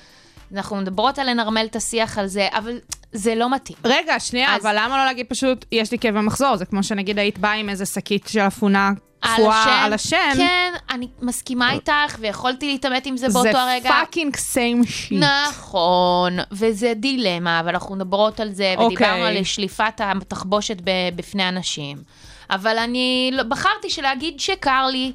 Speaker 4: אנחנו מדברות על לנרמל את השיח על זה, אבל זה לא מתאים.
Speaker 5: רגע, שנייה,
Speaker 4: אז-
Speaker 5: אבל למה לא להגיד פשוט, יש לי כאב במחזור? זה כמו שנגיד היית באה עם איזה שקית של אפונה
Speaker 4: על
Speaker 5: קפואה
Speaker 4: השם.
Speaker 5: על השם.
Speaker 4: כן, אני מסכימה איתך, ויכולתי להתעמת עם זה
Speaker 5: זה
Speaker 4: באותו הרגע.
Speaker 5: פאקינג סיים שיט.
Speaker 4: נכון, וזה דילמה, אבל אנחנו מדברות על זה, ודיברנו
Speaker 5: אוקיי.
Speaker 4: על שליפת התחבושת ב- בפני אנשים. אבל אני לא- בחרתי שלהגיד שקר לי,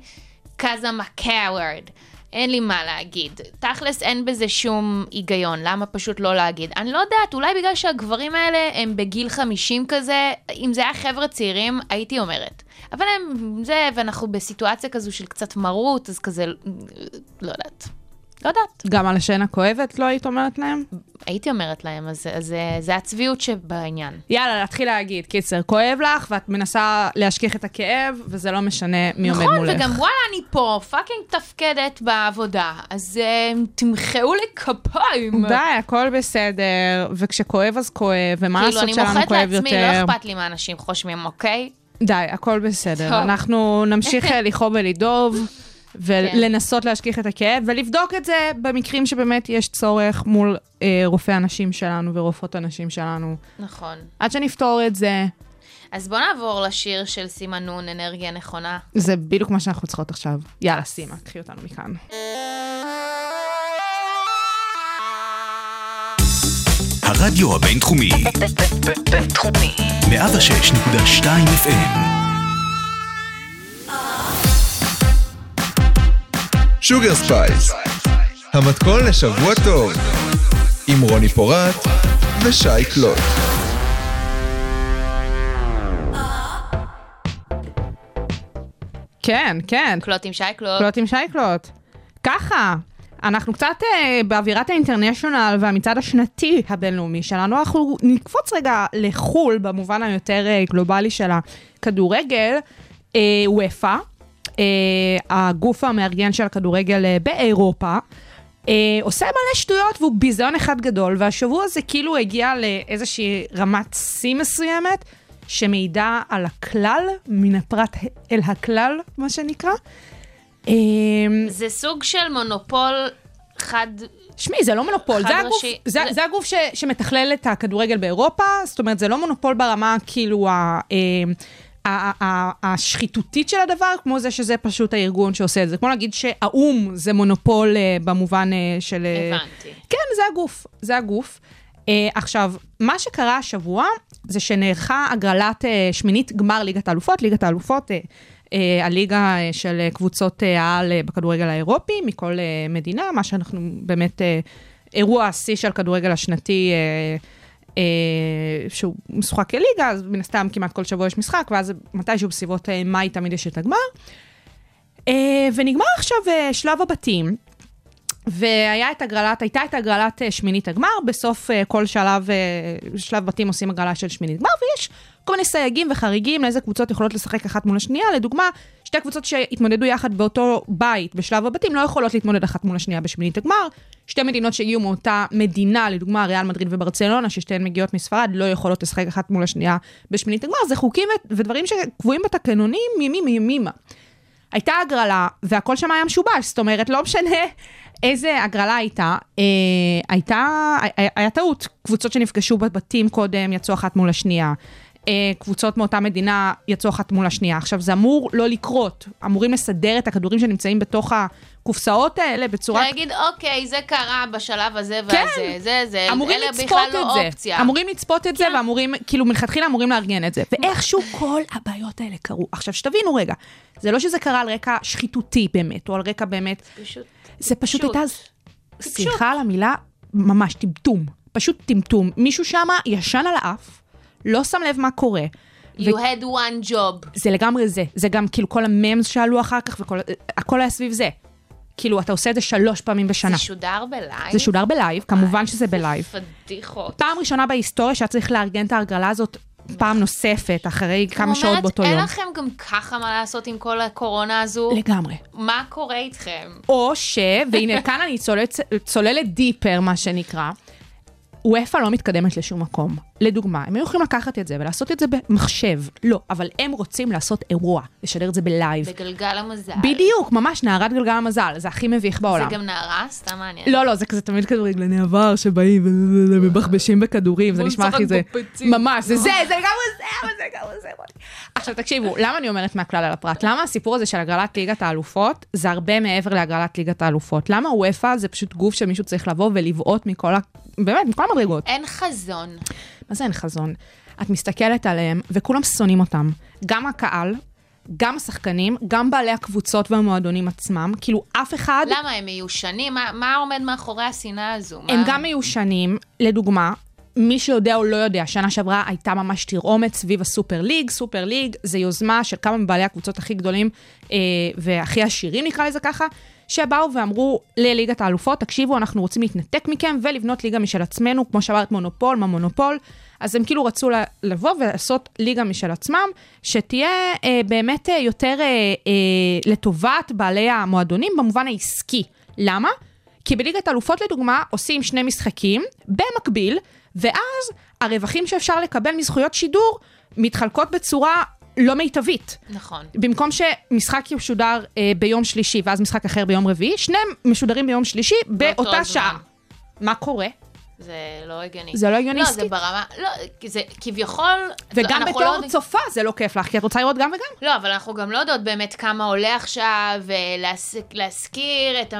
Speaker 4: cause I'm a coward. אין לי מה להגיד. תכלס אין בזה שום היגיון, למה פשוט לא להגיד? אני לא יודעת, אולי בגלל שהגברים האלה הם בגיל 50 כזה, אם זה היה חבר'ה צעירים, הייתי אומרת. אבל הם זה, ואנחנו בסיטואציה כזו של קצת מרות, אז כזה, לא יודעת. לא יודעת.
Speaker 5: גם על השן הכואבת, לא היית אומרת להם?
Speaker 4: הייתי אומרת להם, אז, אז אה, זה הצביעות שבעניין.
Speaker 5: יאללה, להתחיל להגיד. קיצר, כואב לך, ואת מנסה להשכיח את הכאב, וזה לא משנה מי עומד
Speaker 4: נכון,
Speaker 5: מולך.
Speaker 4: וגם וואלה, אני פה, פאקינג תפקדת בעבודה, אז אה, תמחאו לי כפיים.
Speaker 5: די, הכל בסדר, וכשכואב אז כואב, ומה
Speaker 4: כאילו,
Speaker 5: לעשות
Speaker 4: אני
Speaker 5: שלנו
Speaker 4: מוחאת
Speaker 5: כואב
Speaker 4: לעצמי,
Speaker 5: יותר.
Speaker 4: לא אכפת לי מה אנשים חושבים, אוקיי?
Speaker 5: די, הכל
Speaker 4: טוב.
Speaker 5: בסדר. אנחנו נמשיך אה, לכאוב ולדאוב, ולנסות להשכיח את הכאב, ולבדוק את זה במקרים שבאמת יש צורך מול אה, רופאי הנשים שלנו ורופאות הנשים שלנו.
Speaker 4: נכון.
Speaker 5: עד שנפתור את זה,
Speaker 4: אז בואו נעבור לשיר של סימה נון, אנרגיה נכונה.
Speaker 5: זה בדיוק מה שאנחנו צריכות עכשיו. יאללה, סימה, קחי אותנו מכאן.
Speaker 1: הרדיו הבינתחומי,
Speaker 2: בינתחומי.
Speaker 1: 106.2 FM
Speaker 3: שוגר ספייס, המתכון לשבוע טוב, עם רוני פורט ושי קלוט.
Speaker 5: כן, כן.
Speaker 4: קלוט עם שי קלוט.
Speaker 5: קלוט עם שייקלוט. ככה, אנחנו קצת אה, באווירת האינטרנשיונל והמצעד השנתי הבינלאומי שלנו, אנחנו נקפוץ רגע לחו"ל במובן היותר אה, גלובלי של הכדורגל, אה, וופא, אה, הגוף המארגן של הכדורגל אה, באירופה. אה, עושה מלא שטויות והוא ביזיון אחד גדול, והשבוע זה כאילו הגיע לאיזושהי רמת שיא מסוימת, שמעידה על הכלל, מן הפרט אל הכלל, מה שנקרא. אה,
Speaker 4: זה סוג של מונופול חד...
Speaker 5: שמעי, זה לא מונופול,
Speaker 4: חד
Speaker 5: זה הגוף,
Speaker 4: ראשי.
Speaker 5: זה,
Speaker 4: זה-
Speaker 5: זה הגוף ש, שמתכלל את הכדורגל באירופה, זאת אומרת, זה לא מונופול ברמה כאילו ה... אה, ה- ה- השחיתותית של הדבר, כמו זה שזה פשוט הארגון שעושה את זה. כמו להגיד שהאו"ם זה מונופול אה, במובן אה, של... אה,
Speaker 4: הבנתי.
Speaker 5: כן, זה הגוף, זה הגוף. אה, עכשיו, מה שקרה השבוע זה שנערכה הגרלת אה, שמינית גמר ליגת האלופות, ליגת האלופות, אה, אה, הליגה אה, של אה, קבוצות אה, העל אה, בכדורגל האירופי מכל אה, מדינה, מה שאנחנו באמת, אה, אירוע השיא של כדורגל השנתי, אה, אה, שהוא משוחק כליגה, אז מן הסתם כמעט כל שבוע יש משחק, ואז מתישהו בסביבות אה, מאי תמיד יש את הגמר. אה, ונגמר עכשיו אה, שלב הבתים. והיה את הגרלת, הייתה את הגרלת אה, שמינית הגמר, בסוף אה, כל שלב, אה, שלב בתים עושים הגרלה של שמינית גמר, ויש כל מיני סייגים וחריגים לאיזה קבוצות יכולות לשחק אחת מול השנייה. לדוגמה, שתי קבוצות שהתמודדו יחד באותו בית בשלב הבתים לא יכולות להתמודד אחת מול השנייה בשמינית הגמר. שתי מדינות שהגיעו מאותה מדינה, לדוגמה ריאל מדריד וברצלונה, ששתיהן מגיעות מספרד, לא יכולות לשחק אחת מול השנייה בשמינית הגמר. זה חוקים ו- ודברים שקבועים בתקנונים מימים מימימה. הייתה הגרלה, והכל שם היה משובש, זאת אומרת, לא משנה איזה הגרלה הייתה, אה, הייתה, היה, היה טעות. קבוצות שנפגשו בבתים קודם יצאו אחת מול השנייה. אה, קבוצות מאותה מדינה יצאו אחת מול השנייה. עכשיו, זה אמור לא לקרות. אמורים לסדר את הכדורים שנמצאים בתוך הקופסאות האלה בצורה...
Speaker 4: להגיד, אוקיי, זה קרה בשלב הזה
Speaker 5: כן.
Speaker 4: והזה, זה, זה,
Speaker 5: אמורים
Speaker 4: אלה
Speaker 5: לצפות
Speaker 4: בכלל
Speaker 5: את
Speaker 4: לא
Speaker 5: זה.
Speaker 4: אופציה. כן.
Speaker 5: אמורים לצפות את זה, ואמורים, כאילו, מלכתחילה אמורים לארגן את זה.
Speaker 4: אוקיי.
Speaker 5: ואיכשהו כל הבעיות האלה קרו. עכשיו, שתבינו רגע, זה לא שזה קרה על רקע שחיתותי באמת, או על רע באמת,
Speaker 4: פשוט,
Speaker 5: זה פשוט
Speaker 4: פשוט.
Speaker 5: הייתה, סליחה על המילה, ממש טמטום. פשוט טמטום. מישהו שם ישן על האף, לא שם לב מה קורה. ו-
Speaker 4: you had one job.
Speaker 5: זה לגמרי זה. זה גם כאילו כל הממס שעלו אחר כך, וכל- הכל היה סביב זה. כאילו, אתה עושה את זה שלוש פעמים בשנה.
Speaker 4: זה אה, שודר בלייב?
Speaker 5: זה שודר בלייב, כמובן שזה בלייב.
Speaker 4: פדיחות.
Speaker 5: פעם ראשונה בהיסטוריה שהיה צריך לארגן את ההרגלה הזאת פעם נוספת, אחרי כמה שעות באותו
Speaker 4: אומרת,
Speaker 5: יום.
Speaker 4: אין לכם גם ככה מה לעשות עם כל הקורונה הזו?
Speaker 5: לגמרי.
Speaker 4: מה קורה איתכם?
Speaker 5: או ש, והנה כאן אני צוללת, צוללת דיפר, מה שנקרא, וופא לא מתקדמת לשום מקום. לדוגמה, הם היו יכולים לקחת את זה ולעשות את זה במחשב. לא, אבל הם רוצים לעשות אירוע, לשדר את זה בלייב.
Speaker 4: בגלגל המזל.
Speaker 5: בדיוק, ממש נערת גלגל המזל, זה הכי מביך בעולם.
Speaker 4: זה גם נערה? סתם מעניין.
Speaker 5: לא, לא, זה כזה תמיד כדורגלני עבר שבאים ומבחבשים בכדורים, זה נשמע הכי זה. ממש, זה זה, זה לגמרי זה, אבל זה לגמרי זה. רוני. עכשיו תקשיבו, למה אני אומרת מהכלל על הפרט? למה הסיפור הזה של הגרלת ליגת האלופות, זה הרבה מעבר להגרלת ליגת האלופות? למה וופא זה פשוט גוף שמישהו צריך לבוא ולבעוט מכל ה... באמת, מכל המדרגות.
Speaker 4: אין חזון.
Speaker 5: מה זה אין חזון? את מסתכלת עליהם, וכולם שונאים אותם. גם הקהל, גם השחקנים, גם בעלי הקבוצות והמועדונים עצמם. כאילו, אף אחד...
Speaker 4: למה הם מיושנים? מה- מה עומד מאחורי השנאה הזו?
Speaker 5: הם
Speaker 4: מה-
Speaker 5: גם מיושנים, לדוגמה, מי שיודע או לא יודע, שנה שעברה הייתה ממש תרעומת סביב הסופר ליג. סופר ליג זה יוזמה של כמה מבעלי הקבוצות הכי גדולים אה, והכי עשירים, נקרא לזה ככה, שבאו ואמרו לליגת האלופות, תקשיבו, אנחנו רוצים להתנתק מכם ולבנות ליגה משל עצמנו, כמו שאמרת, מונופול, מה מונופול. אז הם כאילו רצו ל- לבוא ולעשות ליגה משל עצמם, שתהיה אה, באמת אה, יותר אה, אה, לטובת בעלי המועדונים במובן העסקי. למה? כי בליגת אלופות לדוגמה עושים שני משחקים במקביל, ואז הרווחים שאפשר לקבל מזכויות שידור מתחלקות בצורה לא מיטבית.
Speaker 4: נכון.
Speaker 5: במקום שמשחק ישודר אה, ביום שלישי ואז משחק אחר ביום רביעי, שניהם משודרים ביום שלישי באותה
Speaker 4: הזמן.
Speaker 5: שעה. מה קורה?
Speaker 4: זה לא הגיוני.
Speaker 5: זה לא הגיוני
Speaker 4: לא,
Speaker 5: עסקית.
Speaker 4: זה ברמה... לא, כי זה כביכול...
Speaker 5: וגם
Speaker 4: אנחנו לא
Speaker 5: בתור
Speaker 4: יודעים-
Speaker 5: צופה זה לא כיף לך, כי את רוצה לראות גם וגם.
Speaker 4: לא, אבל אנחנו גם לא יודעות באמת כמה עולה עכשיו אה, להס- להשכיר את ה...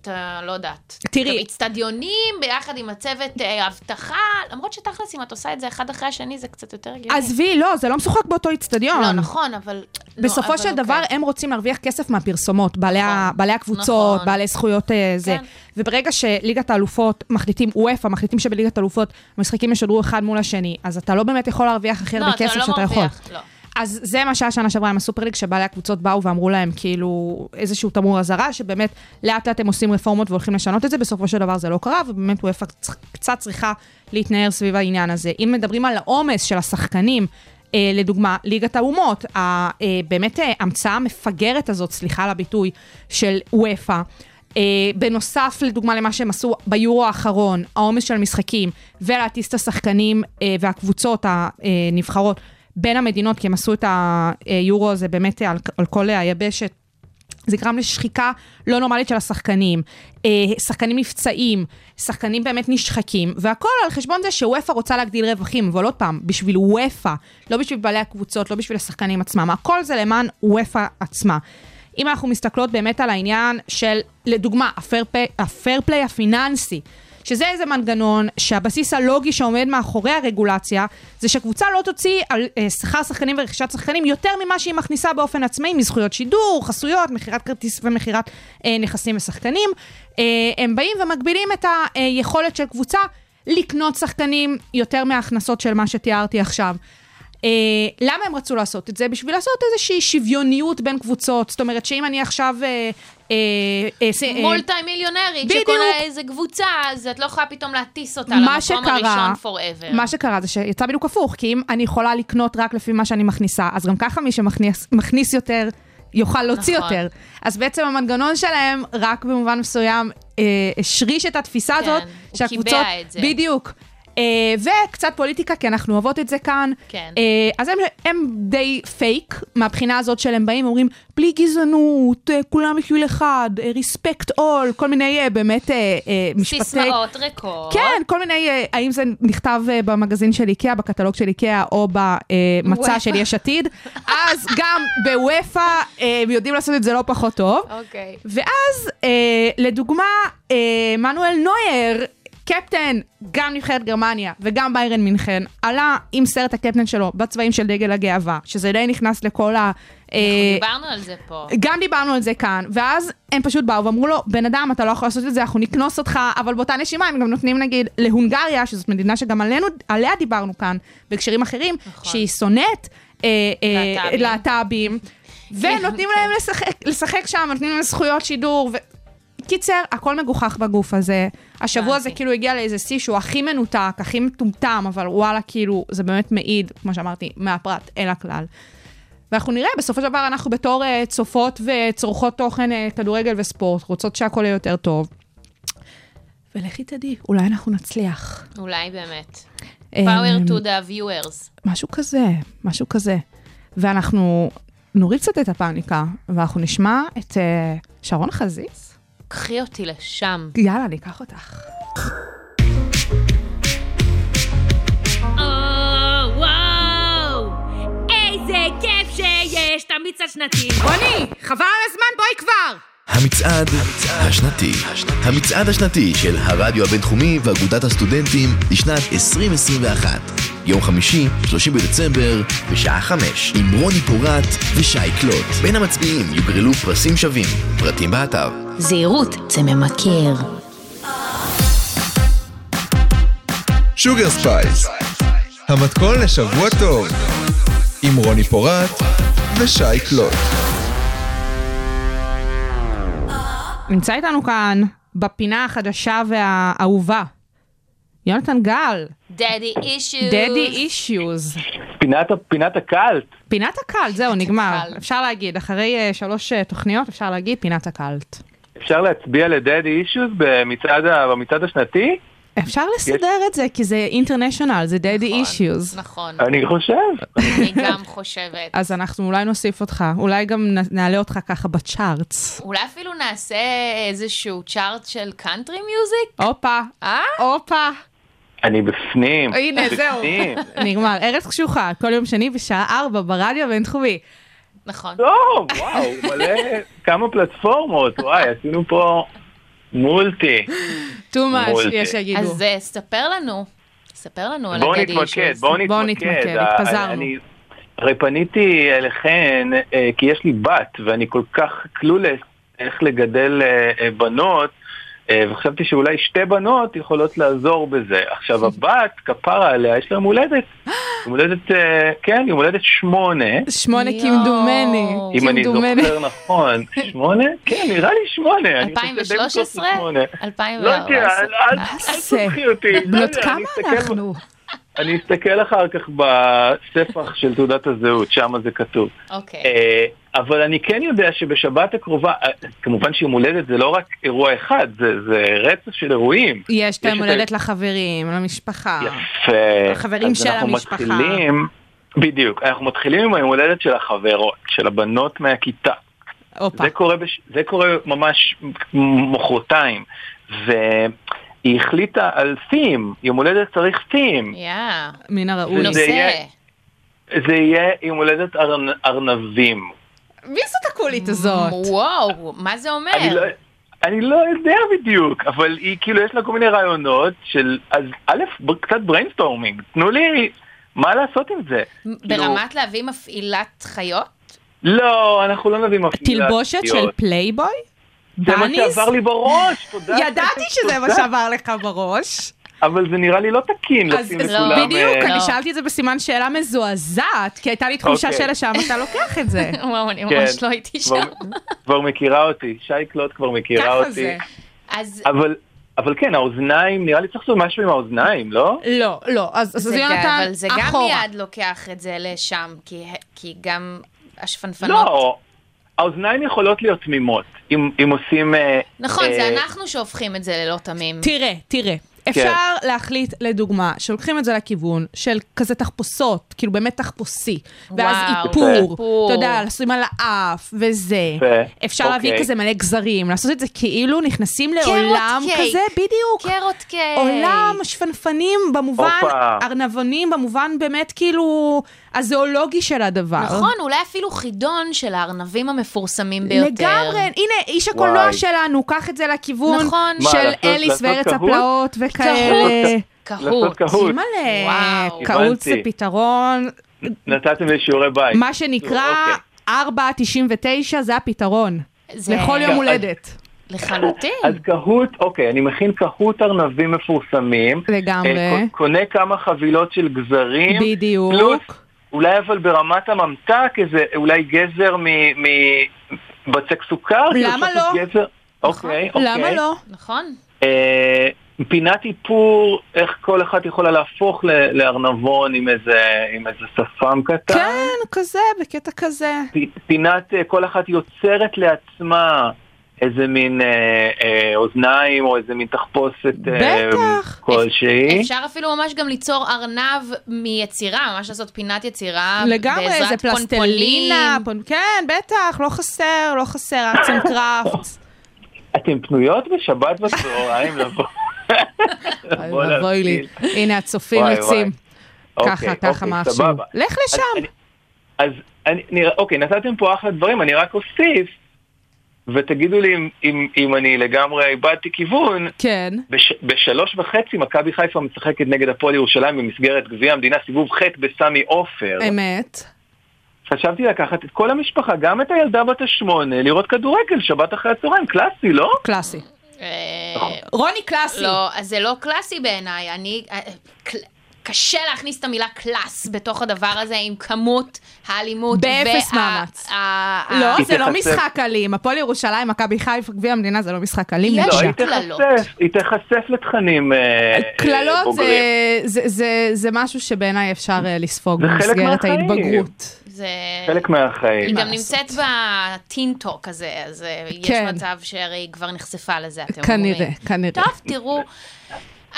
Speaker 4: את ה... לא יודעת.
Speaker 5: תראי.
Speaker 4: את האצטדיונים ביחד עם הצוות אה, אבטחה, למרות שתכלס, אם את עושה את זה אחד אחרי השני, זה קצת יותר הגיוני.
Speaker 5: עזבי, לא, זה לא משוחק באותו איצטדיון.
Speaker 4: לא, נכון, אבל... לא,
Speaker 5: בסופו
Speaker 4: אבל
Speaker 5: של דבר
Speaker 4: אוקיי.
Speaker 5: הם רוצים להרוויח כסף מהפרסומות, בעלי, ה,
Speaker 4: נכון,
Speaker 5: בעלי הקבוצות,
Speaker 4: נכון.
Speaker 5: בעלי זכויות אה, זה.
Speaker 4: כן.
Speaker 5: וברגע שליגת האלופות מחליטים, וופא מחליטים שבליגת האלופות המשחקים ישודרו אחד מול השני, אז אתה לא באמת יכול להרוויח הכי
Speaker 4: לא,
Speaker 5: הרבה
Speaker 4: אתה
Speaker 5: כסף
Speaker 4: לא
Speaker 5: שאתה יכול.
Speaker 4: מרוויח, לא.
Speaker 5: אז זה מה שהיה שנה שעברה עם הסופרליג, שבעלי הקבוצות באו ואמרו להם כאילו איזשהו תמרור אזהרה, שבאמת לאט לאט הם עושים רפורמות והולכים לשנות את זה, בסופו של דבר זה לא קרה, ובאמת וופא צ- קצת צריכה להתנער סביב העניין הזה. אם מדברים על העומס של השחקנים, אה, לדוגמה, ליגת האומות, ה- אה, באמת אה, המצאה המפגרת הזאת, סליחה על הביטוי, של וופא. אה, בנוסף, לדוגמה, למה שהם עשו ביורו האחרון, העומס של המשחקים, ולהטיס את השחקנים אה, והקבוצות אה, הנבחרות בין המדינות, כי הם עשו את היורו הזה באמת על, על כל היבשת. זה גרם לשחיקה לא נורמלית של השחקנים, אה, שחקנים נפצעים, שחקנים באמת נשחקים, והכל על חשבון זה שוופא רוצה להגדיל רווחים, אבל עוד פעם, בשביל וופא, לא בשביל בעלי הקבוצות, לא בשביל השחקנים עצמם, הכל זה למען וופא עצמה. אם אנחנו מסתכלות באמת על העניין של, לדוגמה, הפייר פליי- הפייר פליי הפיננסי, שזה איזה מנגנון שהבסיס הלוגי שעומד מאחורי הרגולציה, זה שקבוצה לא תוציא על אה, שכר שחקנים ורכישת שחקנים יותר ממה שהיא מכניסה באופן עצמאי, מזכויות שידור, חסויות, מכירת כרטיס ומכירת אה, נכסים ושחקנים. אה, הם באים ומגבילים את היכולת של קבוצה לקנות שחקנים יותר מההכנסות של מה שתיארתי עכשיו. אה, למה הם רצו לעשות את זה? בשביל לעשות איזושהי שוויוניות בין קבוצות. זאת אומרת שאם אני עכשיו... אה, אה, אה, ס- אה,
Speaker 4: מולטי מיליונרית
Speaker 5: בדיוק.
Speaker 4: שקונה איזה קבוצה, אז את לא יכולה פתאום להטיס אותה
Speaker 5: מה
Speaker 4: למקום
Speaker 5: שקרה,
Speaker 4: הראשון forever.
Speaker 5: מה שקרה זה שיצא בדיוק הפוך, כי אם אני יכולה לקנות רק לפי מה שאני מכניסה, אז גם ככה מי שמכניס מכניס יותר, יוכל להוציא
Speaker 4: נכון.
Speaker 5: יותר. אז בעצם המנגנון שלהם, רק במובן מסוים, אה, השריש את התפיסה
Speaker 4: כן,
Speaker 5: הזאת,
Speaker 4: הוא
Speaker 5: שהקבוצות...
Speaker 4: קיבע את זה.
Speaker 5: בדיוק. אה, וקצת פוליטיקה, כי אנחנו אוהבות את זה כאן.
Speaker 4: כן.
Speaker 5: אה, אז הם, הם די פייק, מהבחינה הזאת של הם באים, אומרים, בלי גזענות, אה, כולם בשביל אחד, ריספקט אול, כל מיני אה, באמת אה, אה, משפטי...
Speaker 4: סיסמאות ריקות.
Speaker 5: כן, כל מיני, אה, האם זה נכתב אה, במגזין של איקאה, בקטלוג של איקאה, או במצע
Speaker 4: וופא.
Speaker 5: של יש עתיד, אז גם בוופא אה, הם יודעים לעשות את זה לא פחות טוב.
Speaker 4: אוקיי.
Speaker 5: ואז, אה, לדוגמה, אה, מנואל נויר, קפטן, גם נבחרת גרמניה וגם ביירן מינכן, עלה עם סרט הקפטן שלו בצבעים של דגל הגאווה, שזה די נכנס לכל ה... אה,
Speaker 4: דיברנו על זה פה.
Speaker 5: גם דיברנו על זה כאן, ואז הם פשוט באו ואמרו לו, בן אדם, אתה לא יכול לעשות את זה, אנחנו נקנוס אותך, אבל באותה נשימה הם גם נותנים נגיד להונגריה, שזאת מדינה שגם עלינו, עליה דיברנו כאן, בהקשרים אחרים,
Speaker 4: נכון.
Speaker 5: שהיא שונאת אה, אה,
Speaker 4: להט"בים. כן.
Speaker 5: להט"בים, ונותנים להם לשחק, לשחק שם, נותנים להם זכויות שידור, ו... קיצר, הכל מגוחך בגוף הזה. השבוע זה
Speaker 4: הבנתי.
Speaker 5: כאילו הגיע לאיזה שיא שהוא הכי מנותק, הכי מטומטם, אבל וואלה, כאילו, זה באמת מעיד, כמו שאמרתי, מהפרט אל הכלל. ואנחנו נראה, בסופו של דבר אנחנו בתור אה, צופות וצורכות תוכן אה, כדורגל וספורט, רוצות שהכל יהיה יותר טוב. ולכי תדעי, אולי אנחנו נצליח.
Speaker 4: אולי באמת.
Speaker 5: אה,
Speaker 4: power to the viewers.
Speaker 5: משהו כזה, משהו כזה. ואנחנו נוריד קצת את הפאניקה, ואנחנו נשמע את אה, שרון חזיז.
Speaker 4: קחי אותי לשם.
Speaker 5: יאללה, אני אקח אותך.
Speaker 8: או, וואו! איזה כיף שיש את המיץ השנתי.
Speaker 5: רוני, חבל על הזמן, בואי כבר!
Speaker 9: המצעד השנתי. המצעד השנתי של הרדיו הבינתחומי ואגודת הסטודנטים לשנת 2021. יום חמישי, 30 בדצמבר, בשעה חמש, עם רוני פורט ושי קלוט. בין המצביעים יוגרלו פרסים שווים. פרטים באתר.
Speaker 10: זהירות, זה ממכר.
Speaker 3: שוגר ספייס, המתכון לשבוע טוב, עם רוני פורט ושי קלוט.
Speaker 5: נמצא איתנו כאן, בפינה החדשה והאהובה, יונתן גל,
Speaker 4: Daddy issues.
Speaker 5: דדי אישיוז.
Speaker 12: פינת, ה- פינת הקלט.
Speaker 5: פינת הקלט, זהו, נגמר.
Speaker 12: הקלט.
Speaker 5: אפשר להגיד, אחרי אה, שלוש אה, תוכניות אפשר להגיד פינת הקלט.
Speaker 12: אפשר להצביע לדדי אישוז במצעד, ה- במצעד השנתי?
Speaker 5: אפשר לסדר את זה, כי זה אינטרנשיונל, זה דדי אישיוז.
Speaker 4: נכון.
Speaker 12: אני חושב.
Speaker 4: אני גם חושבת.
Speaker 5: אז אנחנו אולי נוסיף אותך, אולי גם נ- נעלה אותך ככה בצ'ארטס.
Speaker 4: אולי אפילו נעשה איזשהו צ'ארט של אה? קאנטרי מיוזיק?
Speaker 5: הופה, הופה.
Speaker 12: אני בפנים.
Speaker 5: הנה, זהו.
Speaker 12: בפנים.
Speaker 5: נגמר. ארץ קשוחה, כל יום שני בשעה 4 ברדיו הבינתחומי.
Speaker 4: נכון.
Speaker 12: טוב, לא, וואו, מלא, כמה פלטפורמות, וואי, עשינו פה מולטי.
Speaker 5: too much,
Speaker 12: מולטי.
Speaker 5: יש שיגידו.
Speaker 4: אז אה, ספר לנו. ספר לנו על
Speaker 12: בואו
Speaker 4: הדדי
Speaker 12: נתמקד,
Speaker 4: אישיוז.
Speaker 12: בואו נתמקד. ה- אני- הרי פניתי אליכן, אה, כי יש לי בת, ואני כל כך קלולס איך לגדל אה, אה, בנות, אה, וחשבתי שאולי שתי בנות יכולות לעזור בזה. עכשיו, הבת, כפרה עליה, יש לה יום הולדת. יום הולדת, אה, כן, יום הולדת שמונה.
Speaker 5: שמונה כמדומני.
Speaker 12: אם אני
Speaker 5: כמדומני.
Speaker 12: זוכר נכון, שמונה? כן, נראה לי שמונה. אני חושב די בטוח שזה
Speaker 4: 2013?
Speaker 12: שמונה.
Speaker 4: אה,
Speaker 12: לא
Speaker 4: 2014.
Speaker 12: יודע, אל- אל- אל
Speaker 5: זה?
Speaker 12: תוכחי אותי. לא
Speaker 5: בנות
Speaker 12: יודע, אני
Speaker 5: כמה
Speaker 12: אסתכל
Speaker 5: אנחנו?
Speaker 12: אני אסתכל אחר כך בספח של תעודת הזהות, שם זה כתוב.
Speaker 4: אוקיי.
Speaker 12: אה, אבל אני כן יודע שבשבת הקרובה, אה, כמובן שיום הולדת זה לא רק אירוע אחד, זה, זה רצף של אירועים.
Speaker 5: יש את היום
Speaker 12: את
Speaker 5: הולדת לחברים, למשפחה.
Speaker 12: ו-
Speaker 5: החברים
Speaker 12: אז
Speaker 5: של
Speaker 12: אנחנו
Speaker 5: המשפחה.
Speaker 12: מתחילים, בדיוק, אנחנו מתחילים עם היום הולדת של החברות, של הבנות מהכיתה.
Speaker 5: הופה.
Speaker 12: זה קורה, בש... זה קורה ממש מחרתיים. והיא החליטה על סים, יום הולדת צריך סים.
Speaker 4: יאה.
Speaker 5: מן הראוי.
Speaker 12: נושא. אה, יהיה- זה יהיה יום הולדת ארנ... ארנבים.
Speaker 5: מי זאת הקולית הזאת?
Speaker 4: וואו, מה זה
Speaker 5: כן.
Speaker 4: אומר?
Speaker 12: אני לא, אני לא יודע בדיוק, אבל היא כאילו יש לה כל מיני רעיונות של, אז א', ב- קצת בריינסטורמינג, תנו לי מה לעשות עם זה.
Speaker 4: ברמת להביא מפעילת חיות?
Speaker 12: לא, אנחנו לא מביאים מפעילה.
Speaker 5: תלבושת של פלייבוי?
Speaker 12: זה מה
Speaker 5: דניס?
Speaker 12: שעבר לי בראש, תודה.
Speaker 5: ידעתי שזה מה
Speaker 12: תודה.
Speaker 5: שעבר לך בראש.
Speaker 12: אבל זה נראה לי לא תקין
Speaker 5: אז
Speaker 12: לשים
Speaker 5: אז
Speaker 12: לכולם... אה,
Speaker 5: בדיוק, אני
Speaker 4: לא.
Speaker 5: שאלתי את זה בסימן שאלה מזועזעת, כי הייתה לי תחושה
Speaker 12: אוקיי.
Speaker 5: שלשם אתה לוקח את זה.
Speaker 4: וואו, אני
Speaker 12: כן.
Speaker 4: ממש לא הייתי
Speaker 12: כבר-
Speaker 4: שם.
Speaker 12: כבר מכירה אותי, שי קלוט כבר מכירה
Speaker 5: ככה
Speaker 12: אותי.
Speaker 5: זה.
Speaker 4: אז
Speaker 12: אבל... אבל כן, האוזניים, נראה לי צריך לעשות משהו עם האוזניים, לא?
Speaker 5: לא, לא, אז אז
Speaker 4: זה גם,
Speaker 5: יונתן
Speaker 4: אבל זה גם
Speaker 5: אחורה.
Speaker 4: מיד לוקח את זה לשם, כי- כי גם השפנפנות...
Speaker 12: לא, האוזניים יכולות להיות תמימות, אם אם עושים... אה,
Speaker 4: נכון,
Speaker 12: אה,
Speaker 4: זה אנחנו שהופכים את זה ללא תמים.
Speaker 5: תראה, תראה. אפשר
Speaker 12: כן.
Speaker 5: להחליט, לדוגמה, שלוקחים את זה לכיוון של כזה תחפושות, כאילו באמת תחפושי, ואז
Speaker 4: וואו,
Speaker 5: איפור,
Speaker 4: איפור.
Speaker 5: אתה יודע, לשים על האף וזה.
Speaker 12: יפה,
Speaker 5: אפשר להביא
Speaker 12: אוקיי.
Speaker 5: כזה מלא גזרים, לעשות את זה כאילו נכנסים לעולם
Speaker 4: קייק.
Speaker 5: כזה, בדיוק.
Speaker 4: קרוט קיי.
Speaker 5: עולם שפנפנים במובן,
Speaker 12: הופה.
Speaker 5: ארנבונים במובן באמת כאילו הזואולוגי של הדבר.
Speaker 4: נכון, אולי אפילו חידון של הארנבים המפורסמים ביותר.
Speaker 5: לגמרי, הנה, איש הקולנוע
Speaker 12: וואי.
Speaker 5: שלנו, קח את זה לכיוון
Speaker 4: נכון. מה,
Speaker 5: של
Speaker 12: לעשות-
Speaker 5: אליס
Speaker 12: לעשות
Speaker 5: וארץ
Speaker 12: קהוט?
Speaker 5: הפלאות וכאלה.
Speaker 12: קהוט.
Speaker 4: קהוט.
Speaker 12: לעשות קהוט.
Speaker 5: אימא'לה,
Speaker 4: וואו.
Speaker 5: קהוט זה
Speaker 12: הבנתי.
Speaker 5: פתרון,
Speaker 12: נתתם לי שיעורי בית.
Speaker 5: מה שנקרא
Speaker 12: אוקיי.
Speaker 5: 4.99 זה הפתרון.
Speaker 4: זה-
Speaker 5: לכל יום
Speaker 12: אז-
Speaker 5: הולדת.
Speaker 12: אז
Speaker 4: לחלוטין.
Speaker 12: קהוט, אוקיי, אני מכין קהוט ארנבים מפורסמים. אה,
Speaker 5: לגמרי.
Speaker 12: ק- קונה כמה חבילות של גזרים.
Speaker 5: בדיוק.
Speaker 12: פלוס, אולי אבל ברמת הממתק, איזה, אולי גזר מ- מבצק סוכר. כאילו,
Speaker 5: למה
Speaker 12: אפשר
Speaker 5: לא?
Speaker 12: לעשות גזר- אוקיי, אוקיי.
Speaker 5: למה לא?
Speaker 4: נכון?
Speaker 12: אה, פינת איפור, איך כל אחת יכולה להפוך ל- לארנבון עם איזה, עם איזה שפם קטן.
Speaker 5: כן, כזה, בקטע כזה.
Speaker 12: פ- פינת, אה, כל אחת יוצרת לעצמה איזה מין אה, אה, אוזניים או איזה מין תחפושת אה,
Speaker 5: בטח.
Speaker 12: כלשהי.
Speaker 4: אפשר אפילו ממש גם ליצור ארנב מיצירה, ממש לעשות פינת יצירה.
Speaker 5: לגמרי,
Speaker 4: אה, בעזרת
Speaker 5: זה פלסטלינה,
Speaker 4: פונפונים.
Speaker 5: פונ- כן, בטח, לא חסר, לא חסר, ארץ אנד קראפט.
Speaker 12: אתן פנויות בשבת בצהריים לא, לבוא. לבוא
Speaker 5: אוי לי.
Speaker 12: להפעיל.
Speaker 5: הנה, הצופים
Speaker 12: וואי,
Speaker 5: יוצאים.
Speaker 12: אוקיי,
Speaker 5: ככה, ככה,
Speaker 12: אוקיי,
Speaker 5: מה עכשיו?
Speaker 12: סבבה.
Speaker 5: לך
Speaker 12: אז
Speaker 5: לשם.
Speaker 12: אני- אז אני, נראה, אוקיי, נתתם פה אחלה דברים, אני רק אוסיף, ותגידו לי אם, אם, אם אני לגמרי איבדתי כיוון,
Speaker 5: כן.
Speaker 12: בש, בשלוש וחצי מכבי חיפה משחקת נגד הפועל ירושלים במסגרת גביע המדינה סיבוב ח' בסמי עופר.
Speaker 5: אמת.
Speaker 12: חשבתי לקחת את כל המשפחה, גם את הילדה בת השמונה, לראות כדורגל שבת אחרי הצהריים, קלאסי, לא?
Speaker 5: קלאסי.
Speaker 4: אה,
Speaker 5: רוני נכון. קלאסי.
Speaker 4: לא, אז זה לא קלאסי בעיניי. אני... אה, קל- קשה להכניס את המילה קלאס בתוך הדבר הזה עם כמות האלימות.
Speaker 5: באפס
Speaker 4: וה-
Speaker 5: מאמץ.
Speaker 4: ה- ה-
Speaker 5: לא,
Speaker 12: היא
Speaker 5: זה לא
Speaker 12: תיחשף.
Speaker 5: משחק אלים. הפועל ירושלים, מכבי חיפה, גביע המדינה, זה לא משחק אלים.
Speaker 4: יש
Speaker 12: לא,
Speaker 5: נקודה.
Speaker 12: היא
Speaker 4: קללות.
Speaker 12: תיחשף, היא תיחשף לתכנים אה, אה,
Speaker 5: קללות זה-
Speaker 12: בוגרים.
Speaker 5: זה- זה- זה משהו שבעיניי אפשר אה, לספוג
Speaker 12: זה חלק
Speaker 5: במסגרת
Speaker 12: מהחיים.
Speaker 5: ההתבגרות.
Speaker 4: זה...
Speaker 12: חלק מהחיים.
Speaker 4: היא
Speaker 5: מה
Speaker 4: גם
Speaker 5: לעשות.
Speaker 4: נמצאת בטינטוק הזה, אז אה, יש
Speaker 5: כן.
Speaker 4: מצב שהרי היא כבר נחשפה לזה, אתם אומרים.
Speaker 5: כנראה, כנראה.
Speaker 4: טוב, תראו,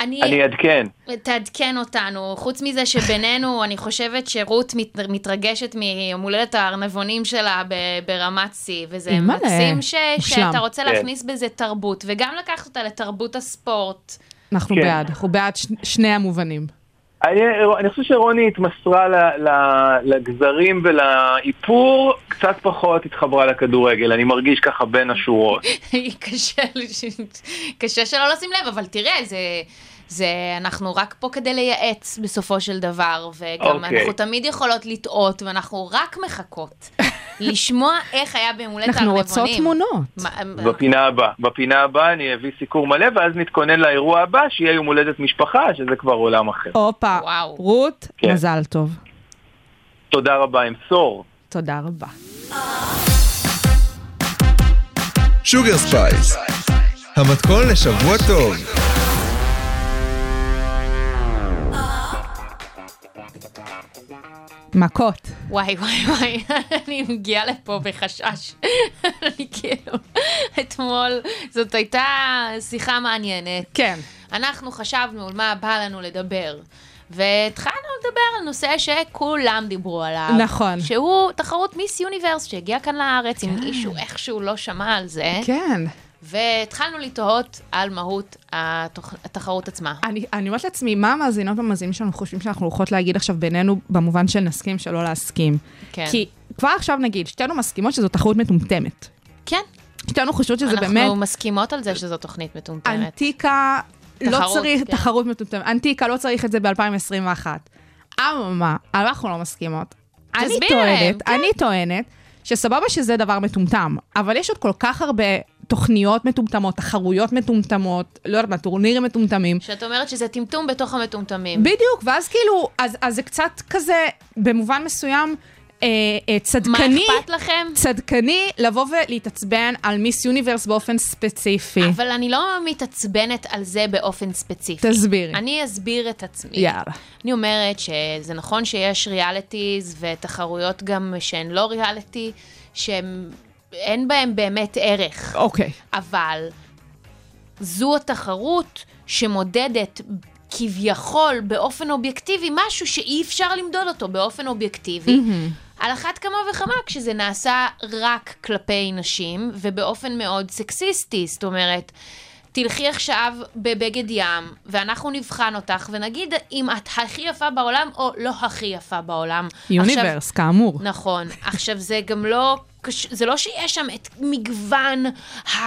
Speaker 4: אני...
Speaker 12: אני אעדכן.
Speaker 4: תעדכן אותנו. חוץ מזה שבינינו, אני חושבת שרות מת, מתרגשת מיום הולדת הארנבונים שלה ב, ברמת שיא, וזה
Speaker 5: אימא'לה,
Speaker 4: מקסים ש,
Speaker 5: מושלם.
Speaker 4: שאתה רוצה
Speaker 12: כן.
Speaker 4: להכניס בזה תרבות, וגם לקחת אותה לתרבות הספורט.
Speaker 5: אנחנו
Speaker 12: כן.
Speaker 5: בעד, אנחנו בעד ש- שני המובנים.
Speaker 12: אני, אני חושב שרוני התמסרה ל, ל, לגזרים ולאיפור, קצת פחות התחברה לכדורגל, אני מרגיש ככה בין השורות.
Speaker 4: קשה, קשה שלא לשים לב, אבל תראה, זה... זה, אנחנו רק פה כדי לייעץ בסופו של דבר, וגם okay.
Speaker 12: אוקיי.
Speaker 4: אנחנו תמיד יכולות לטעות, ואנחנו רק מחכות לשמוע איך היה ביום הולדת
Speaker 5: אנחנו
Speaker 4: הארנבונים.
Speaker 5: רוצות תמונות.
Speaker 4: מה-
Speaker 12: בפינה הבאה. בפינה הבאה אני אביא סיקור מלא, ואז נתכונן לאירוע הבא, שיהיה יום הולדת משפחה, שזה כבר עולם אחר.
Speaker 5: הופה,
Speaker 4: וואו.
Speaker 5: רות,
Speaker 12: כן.
Speaker 5: מזל טוב.
Speaker 12: תודה רבה, אמסור.
Speaker 5: תודה רבה.
Speaker 3: שוגר ספייס, המתכון לשבוע טוב.
Speaker 5: מכות.
Speaker 4: וואי וואי וואי, אני מגיעה לפה בחשש. אני כאילו, אתמול, זאת הייתה שיחה מעניינת.
Speaker 5: כן.
Speaker 4: אנחנו חשבנו על מה בא לנו לדבר. והתחלנו לדבר על נושא שכולם דיברו עליו.
Speaker 5: נכון.
Speaker 4: שהוא תחרות מיס יוניברס שהגיעה כאן לארץ, אם מישהו איכשהו לא שמע על זה.
Speaker 5: כן.
Speaker 4: והתחלנו לתהות על מהות התוכ... התחרות עצמה.
Speaker 5: אני, אני אומרת לעצמי, מה המאזינות והמאזינים שלנו חושבים שאנחנו הולכות להגיד עכשיו בינינו, במובן של נסכים שלא להסכים?
Speaker 4: כן.
Speaker 5: כי כבר עכשיו נגיד, שתינו מסכימות שזו תחרות מטומטמת.
Speaker 4: כן.
Speaker 5: שתינו חושבות שזה
Speaker 4: אנחנו
Speaker 5: באמת...
Speaker 4: אנחנו מסכימות על זה שזו תוכנית מטומטמת.
Speaker 5: אנטיקה,
Speaker 4: תחרות,
Speaker 5: לא צריך
Speaker 4: כן.
Speaker 5: תחרות מטומטמת. אנטיקה, לא צריך את זה ב-2021. אממה, אנחנו לא מסכימות. אני
Speaker 4: תסביר להם, כן.
Speaker 5: טוענת, אני טוענת, שסבבה שזה דבר מטומטם, אבל יש עוד כל כך הרבה תוכניות מטומטמות, תחרויות מטומטמות, לא יודעת מה, טורנירים מטומטמים.
Speaker 4: שאת אומרת שזה טמטום בתוך המטומטמים.
Speaker 5: בדיוק, ואז כאילו, אז, אז זה קצת כזה, במובן מסוים, אה, אה, צדקני,
Speaker 4: מה אכפת לכם?
Speaker 5: צדקני לבוא ולהתעצבן על מיס יוניברס באופן ספציפי.
Speaker 4: אבל אני לא מתעצבנת על זה באופן ספציפי.
Speaker 5: תסבירי.
Speaker 4: אני אסביר את עצמי.
Speaker 5: יאללה.
Speaker 4: אני אומרת שזה נכון שיש ריאליטיז ותחרויות גם שהן לא ריאליטי, שהן... אין בהן באמת ערך.
Speaker 5: אוקיי.
Speaker 4: אבל זו התחרות שמודדת כביכול באופן אובייקטיבי משהו שאי אפשר למדוד אותו באופן אובייקטיבי. על אחת כמה וכמה כשזה נעשה רק כלפי נשים ובאופן מאוד סקסיסטי, זאת אומרת... תלכי עכשיו בבגד ים, ואנחנו נבחן אותך, ונגיד אם את הכי יפה בעולם או לא הכי יפה בעולם. עכשיו,
Speaker 5: יוניברס, כאמור.
Speaker 4: נכון. עכשיו, זה גם לא... קש- זה לא שיש שם את מגוון ה...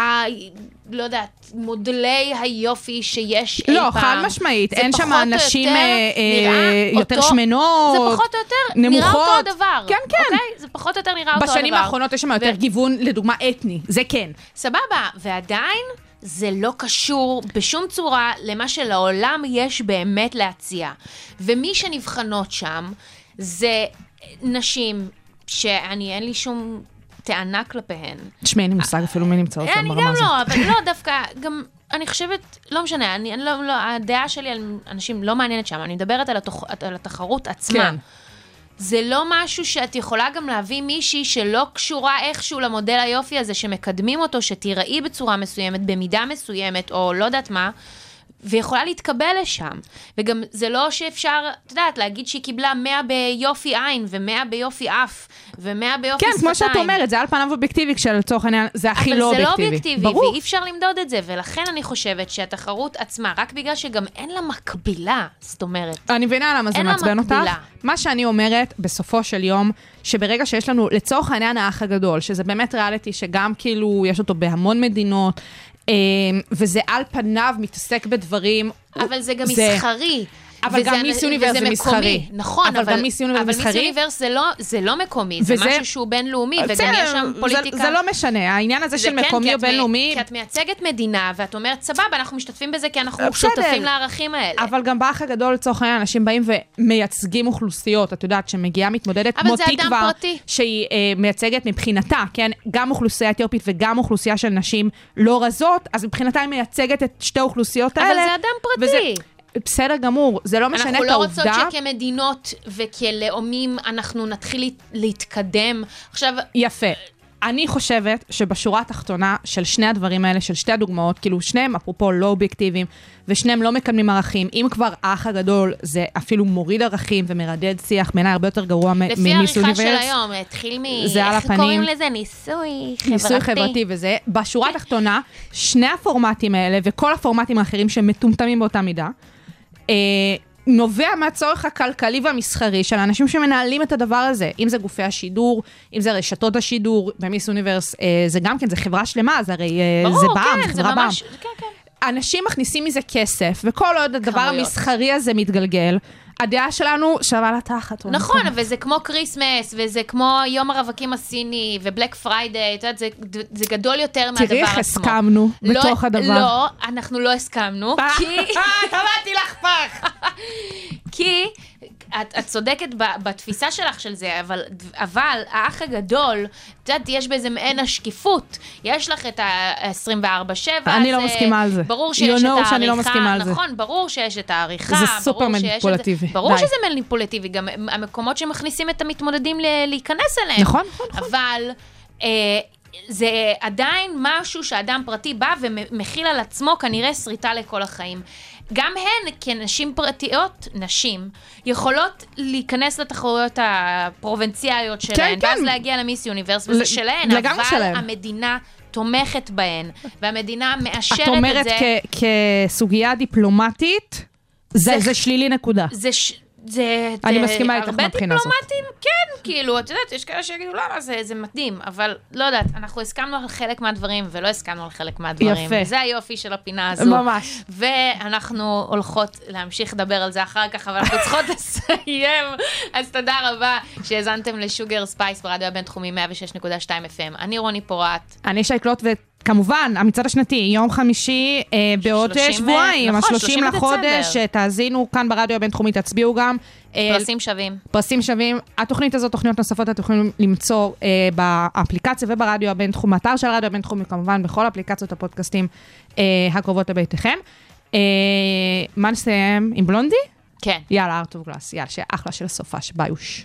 Speaker 4: לא יודעת, מודלי היופי שיש אי פעם.
Speaker 5: לא, חד משמעית,
Speaker 4: זה
Speaker 5: אין
Speaker 4: פחות
Speaker 5: שם
Speaker 4: או
Speaker 5: אנשים
Speaker 4: יותר
Speaker 5: אה, אה,
Speaker 4: נראה
Speaker 5: יותר
Speaker 4: אותו-
Speaker 5: שמנות,
Speaker 4: זה פחות או יותר נראה
Speaker 5: נמוכות.
Speaker 4: אותו הדבר.
Speaker 5: כן, כן.
Speaker 4: אוקיי? זה פחות או יותר נראה אותו הדבר.
Speaker 5: בשנים האחרונות יש שם יותר גיוון, לדוגמה, אתני. זה כן.
Speaker 4: סבבה, ועדיין זה לא קשור בשום צורה למה שלעולם יש באמת להציע. ומי שנבחנות שם זה נשים שאני אין לי שום טענה כלפיהן.
Speaker 5: תשמעי, אין לי מושג אפילו מי נמצא
Speaker 4: אני גם לא, אבל לא, דווקא, גם, אני חושבת, לא משנה, אני, אני לא, לא, הדעה שלי על אנשים לא מעניינת שם, אני מדברת על, התוח, על התחרות עצמה.
Speaker 5: כן.
Speaker 4: זה לא משהו שאת יכולה גם להביא מישהי שלא קשורה איכשהו למודל היופי הזה, שמקדמים אותו, שתיראי בצורה מסוימת, במידה מסוימת, או לא יודעת מה. ויכולה להתקבל לשם. וגם זה לא שאפשר, את יודעת, להגיד שהיא קיבלה 100 ביופי עין, ו-100 ביופי אף, ו-100 ביופי
Speaker 5: כן,
Speaker 4: אוקיי, שפתיים.
Speaker 5: כמו שאת אומרת, זה על פניו אובייקטיבי, כשלצורך העניין זה הכי לא אובייקטיבי.
Speaker 4: אבל זה לא אובייקטיבי,
Speaker 5: ברור.
Speaker 4: ואי אפשר למדוד את זה, ולכן אני חושבת שהתחרות עצמה, רק בגלל שגם אין לה מקבילה, זאת אומרת,
Speaker 5: אני מבינה למה זה
Speaker 4: אין לה
Speaker 5: מעצבן אותך.
Speaker 4: מקבילה.
Speaker 5: מה שאני אומרת, בסופו של יום, שברגע שיש לנו, לצורך העניין, האח הגדול, שזה באמת ריאליטי, שגם כאילו, יש אותו בהמון מדינות, אה, וזה על פניו מתעסק בדברים.
Speaker 4: אבל זה גם
Speaker 5: זה-
Speaker 4: מסחרי.
Speaker 5: אבל
Speaker 4: וזה
Speaker 5: גם
Speaker 4: אנ-
Speaker 5: מיס יוניברס
Speaker 4: וזה
Speaker 5: זה מסחרי.
Speaker 4: מקומי, נכון,
Speaker 5: אבל גם מיס יוניברס
Speaker 4: אבל מיס
Speaker 5: מסחרי.
Speaker 4: יוניברס זה לא- זה לא מקומי, זה
Speaker 5: וזה-
Speaker 4: משהו שהוא בינלאומי, וגם
Speaker 5: בסדר,
Speaker 4: יש שם
Speaker 5: זה-
Speaker 4: פוליטיקה.
Speaker 5: זה לא משנה, העניין הזה
Speaker 4: זה
Speaker 5: של
Speaker 4: כן,
Speaker 5: מקומי
Speaker 4: כי
Speaker 5: או
Speaker 4: את מ-
Speaker 5: בינלאומי,
Speaker 4: כי את מייצגת מדינה, ואת אומרת, סבבה, אנחנו משתתפים בזה כי אנחנו
Speaker 5: בסדר.
Speaker 4: שותפים לערכים האלה.
Speaker 5: אבל גם באח הגדול, לצורך העניין, אנשים באים ומייצגים אוכלוסיות, את יודעת, שמגיעה מתמודדת
Speaker 4: אבל
Speaker 5: כמו
Speaker 4: זה אדם
Speaker 5: תקווה,
Speaker 4: פרטי.
Speaker 5: שהיא אה, מייצגת מבחינתה, כן, גם אוכלוסייה אתיופית וגם אוכלוסייה של נשים לא רזות, אז מבחינתה היא מייצגת את שתי האוכלוסיות
Speaker 4: אבל
Speaker 5: האלה.
Speaker 4: זה אדם פרטי.
Speaker 5: וזה, בסדר גמור, זה לא משנה
Speaker 4: אנחנו
Speaker 5: את
Speaker 4: לא
Speaker 5: העובדה.
Speaker 4: רוצות שכמדינות וכלאומים אנחנו נתחיל להת- להתקדם. עכשיו,
Speaker 5: יפה. אני חושבת שבשורה התחתונה של שני הדברים האלה, של שתי הדוגמאות, כאילו שניהם אפרופו לא אובייקטיביים, ושניהם לא מקדמים ערכים, אם כבר האח הגדול זה אפילו מוריד ערכים ומרדד שיח, בעיניי הרבה יותר גרוע מ- ממיס
Speaker 4: לפי
Speaker 5: יוניברס.
Speaker 4: העריכה של היום, התחיל מ...
Speaker 5: זה על
Speaker 4: איך קוראים
Speaker 5: הפנים.
Speaker 4: לזה? ניסוי חברתי.
Speaker 5: ניסוי חברתי וזה, בשורה התחתונה, שני הפורמטים האלה וכל הפורמטים האחרים שמטומטמים באותה מידה, אה, נובע מהצורך הכלכלי והמסחרי של האנשים שמנהלים את הדבר הזה, אם זה גופי השידור, אם זה רשתות השידור, במיס אוניברס, אה, זה גם כן, זה חברה שלמה, זה הרי אה,
Speaker 4: ברור,
Speaker 5: זה בעם,
Speaker 4: כן, זה
Speaker 5: חברה בעם.
Speaker 4: ממש- כן, כן.
Speaker 5: אנשים מכניסים מזה כסף, וכל עוד הדבר
Speaker 4: כמויות.
Speaker 5: המסחרי הזה מתגלגל, הדעה שלנו שווה לתחת. או
Speaker 4: נכון, אבל זה כמו כריסמס, וזה כמו יום הרווקים הסיני, ובלק פריידיי, את יודעת, זה- זה גדול יותר מהדבר עצמו.
Speaker 5: תראי איך הסכמנו
Speaker 4: לא-
Speaker 5: בתוך הדבר. נכון,
Speaker 4: לא, אנחנו לא הסכמנו, כי...
Speaker 5: טבעתי לך פח!
Speaker 4: כי את, את צודקת ב, בתפיסה שלך של זה, אבל, אבל האח הגדול, את יודעת, יש באיזה מעין השקיפות. יש לך את ה-24-7. אה,
Speaker 5: אני לא מסכימה על זה.
Speaker 4: ברור
Speaker 5: You
Speaker 4: שיש את
Speaker 5: know
Speaker 4: העריכה.
Speaker 5: שאני לא מסכימה על זה.
Speaker 4: נכון, ברור שיש את העריכה.
Speaker 5: זה
Speaker 4: ברור
Speaker 5: סופר
Speaker 4: שיש את זה-
Speaker 5: מניפולטיבי.
Speaker 4: ברור
Speaker 5: די.
Speaker 4: שזה מניפולטיבי, גם המקומות שמכניסים את המתמודדים ל- להיכנס אליהם.
Speaker 5: נכון, נכון,
Speaker 4: נכון. אבל... אה, זה עדיין משהו שאדם פרטי בא ומכיל על עצמו כנראה שריטה לכל החיים. גם הן, כנשים פרטיות, נשים, יכולות להיכנס לתחרויות הפרובינציאליות שלהן,
Speaker 5: כן.
Speaker 4: ואז להגיע למיס יוניברס,
Speaker 5: ל-
Speaker 4: וזה שלהן,
Speaker 5: לגמרי
Speaker 4: אבל
Speaker 5: שלהן.
Speaker 4: המדינה תומכת בהן, והמדינה מאשרת
Speaker 5: את אומרת
Speaker 4: את זה.
Speaker 5: כ- כסוגיה דיפלומטית, זה, זה,
Speaker 4: זה-
Speaker 5: שלילי נקודה.
Speaker 4: זה ש... זה...
Speaker 5: אני
Speaker 4: זה-
Speaker 5: מסכימה איתך מהבחינה הזאת.
Speaker 4: הרבה דיפלומטים, כן, כאילו, את יודעת, יש כאלה שיגידו, למה זה, זה מדהים, אבל לא יודעת, אנחנו הסכמנו על חלק מהדברים, ולא הסכמנו על חלק מהדברים.
Speaker 5: יפה.
Speaker 4: זה היופי של הפינה הזו.
Speaker 5: ממש.
Speaker 4: ואנחנו הולכות להמשיך לדבר על זה אחר כך, אבל אנחנו צריכות לסיים. אז תודה רבה שהאזנתם לשוגר ספייס ברדיו הבינתחומי 106.2 FM. אני רוני פורט.
Speaker 5: אני שייקלוט וכמובן, המצעד השנתי, יום חמישי אה, בעוד אה,
Speaker 4: 30,
Speaker 5: שבועיים,
Speaker 4: נכון,
Speaker 5: ה-30
Speaker 4: 30
Speaker 5: לחודש,
Speaker 4: בדצמבר.
Speaker 5: אה, תאזינו כאן ברדיו הבינתחומי, תצביעו גם. אה,
Speaker 4: פרסים שווים.
Speaker 5: פרסים שווים. התוכנית הזאת, תוכניות נוספות, אתם יכולים למצוא אה, באפליקציה וברדיו הבינתחום, באתר של הרדיו הבינתחומי, כמובן, בכל אפליקציות הפודקאסטים אה, הקרובות לביתכם. אה, מה נסיים עם בלונדי?
Speaker 4: כן.
Speaker 5: יאללה, ארתור גלס, יאללה, שיהיה אחלה של סופה שביוש.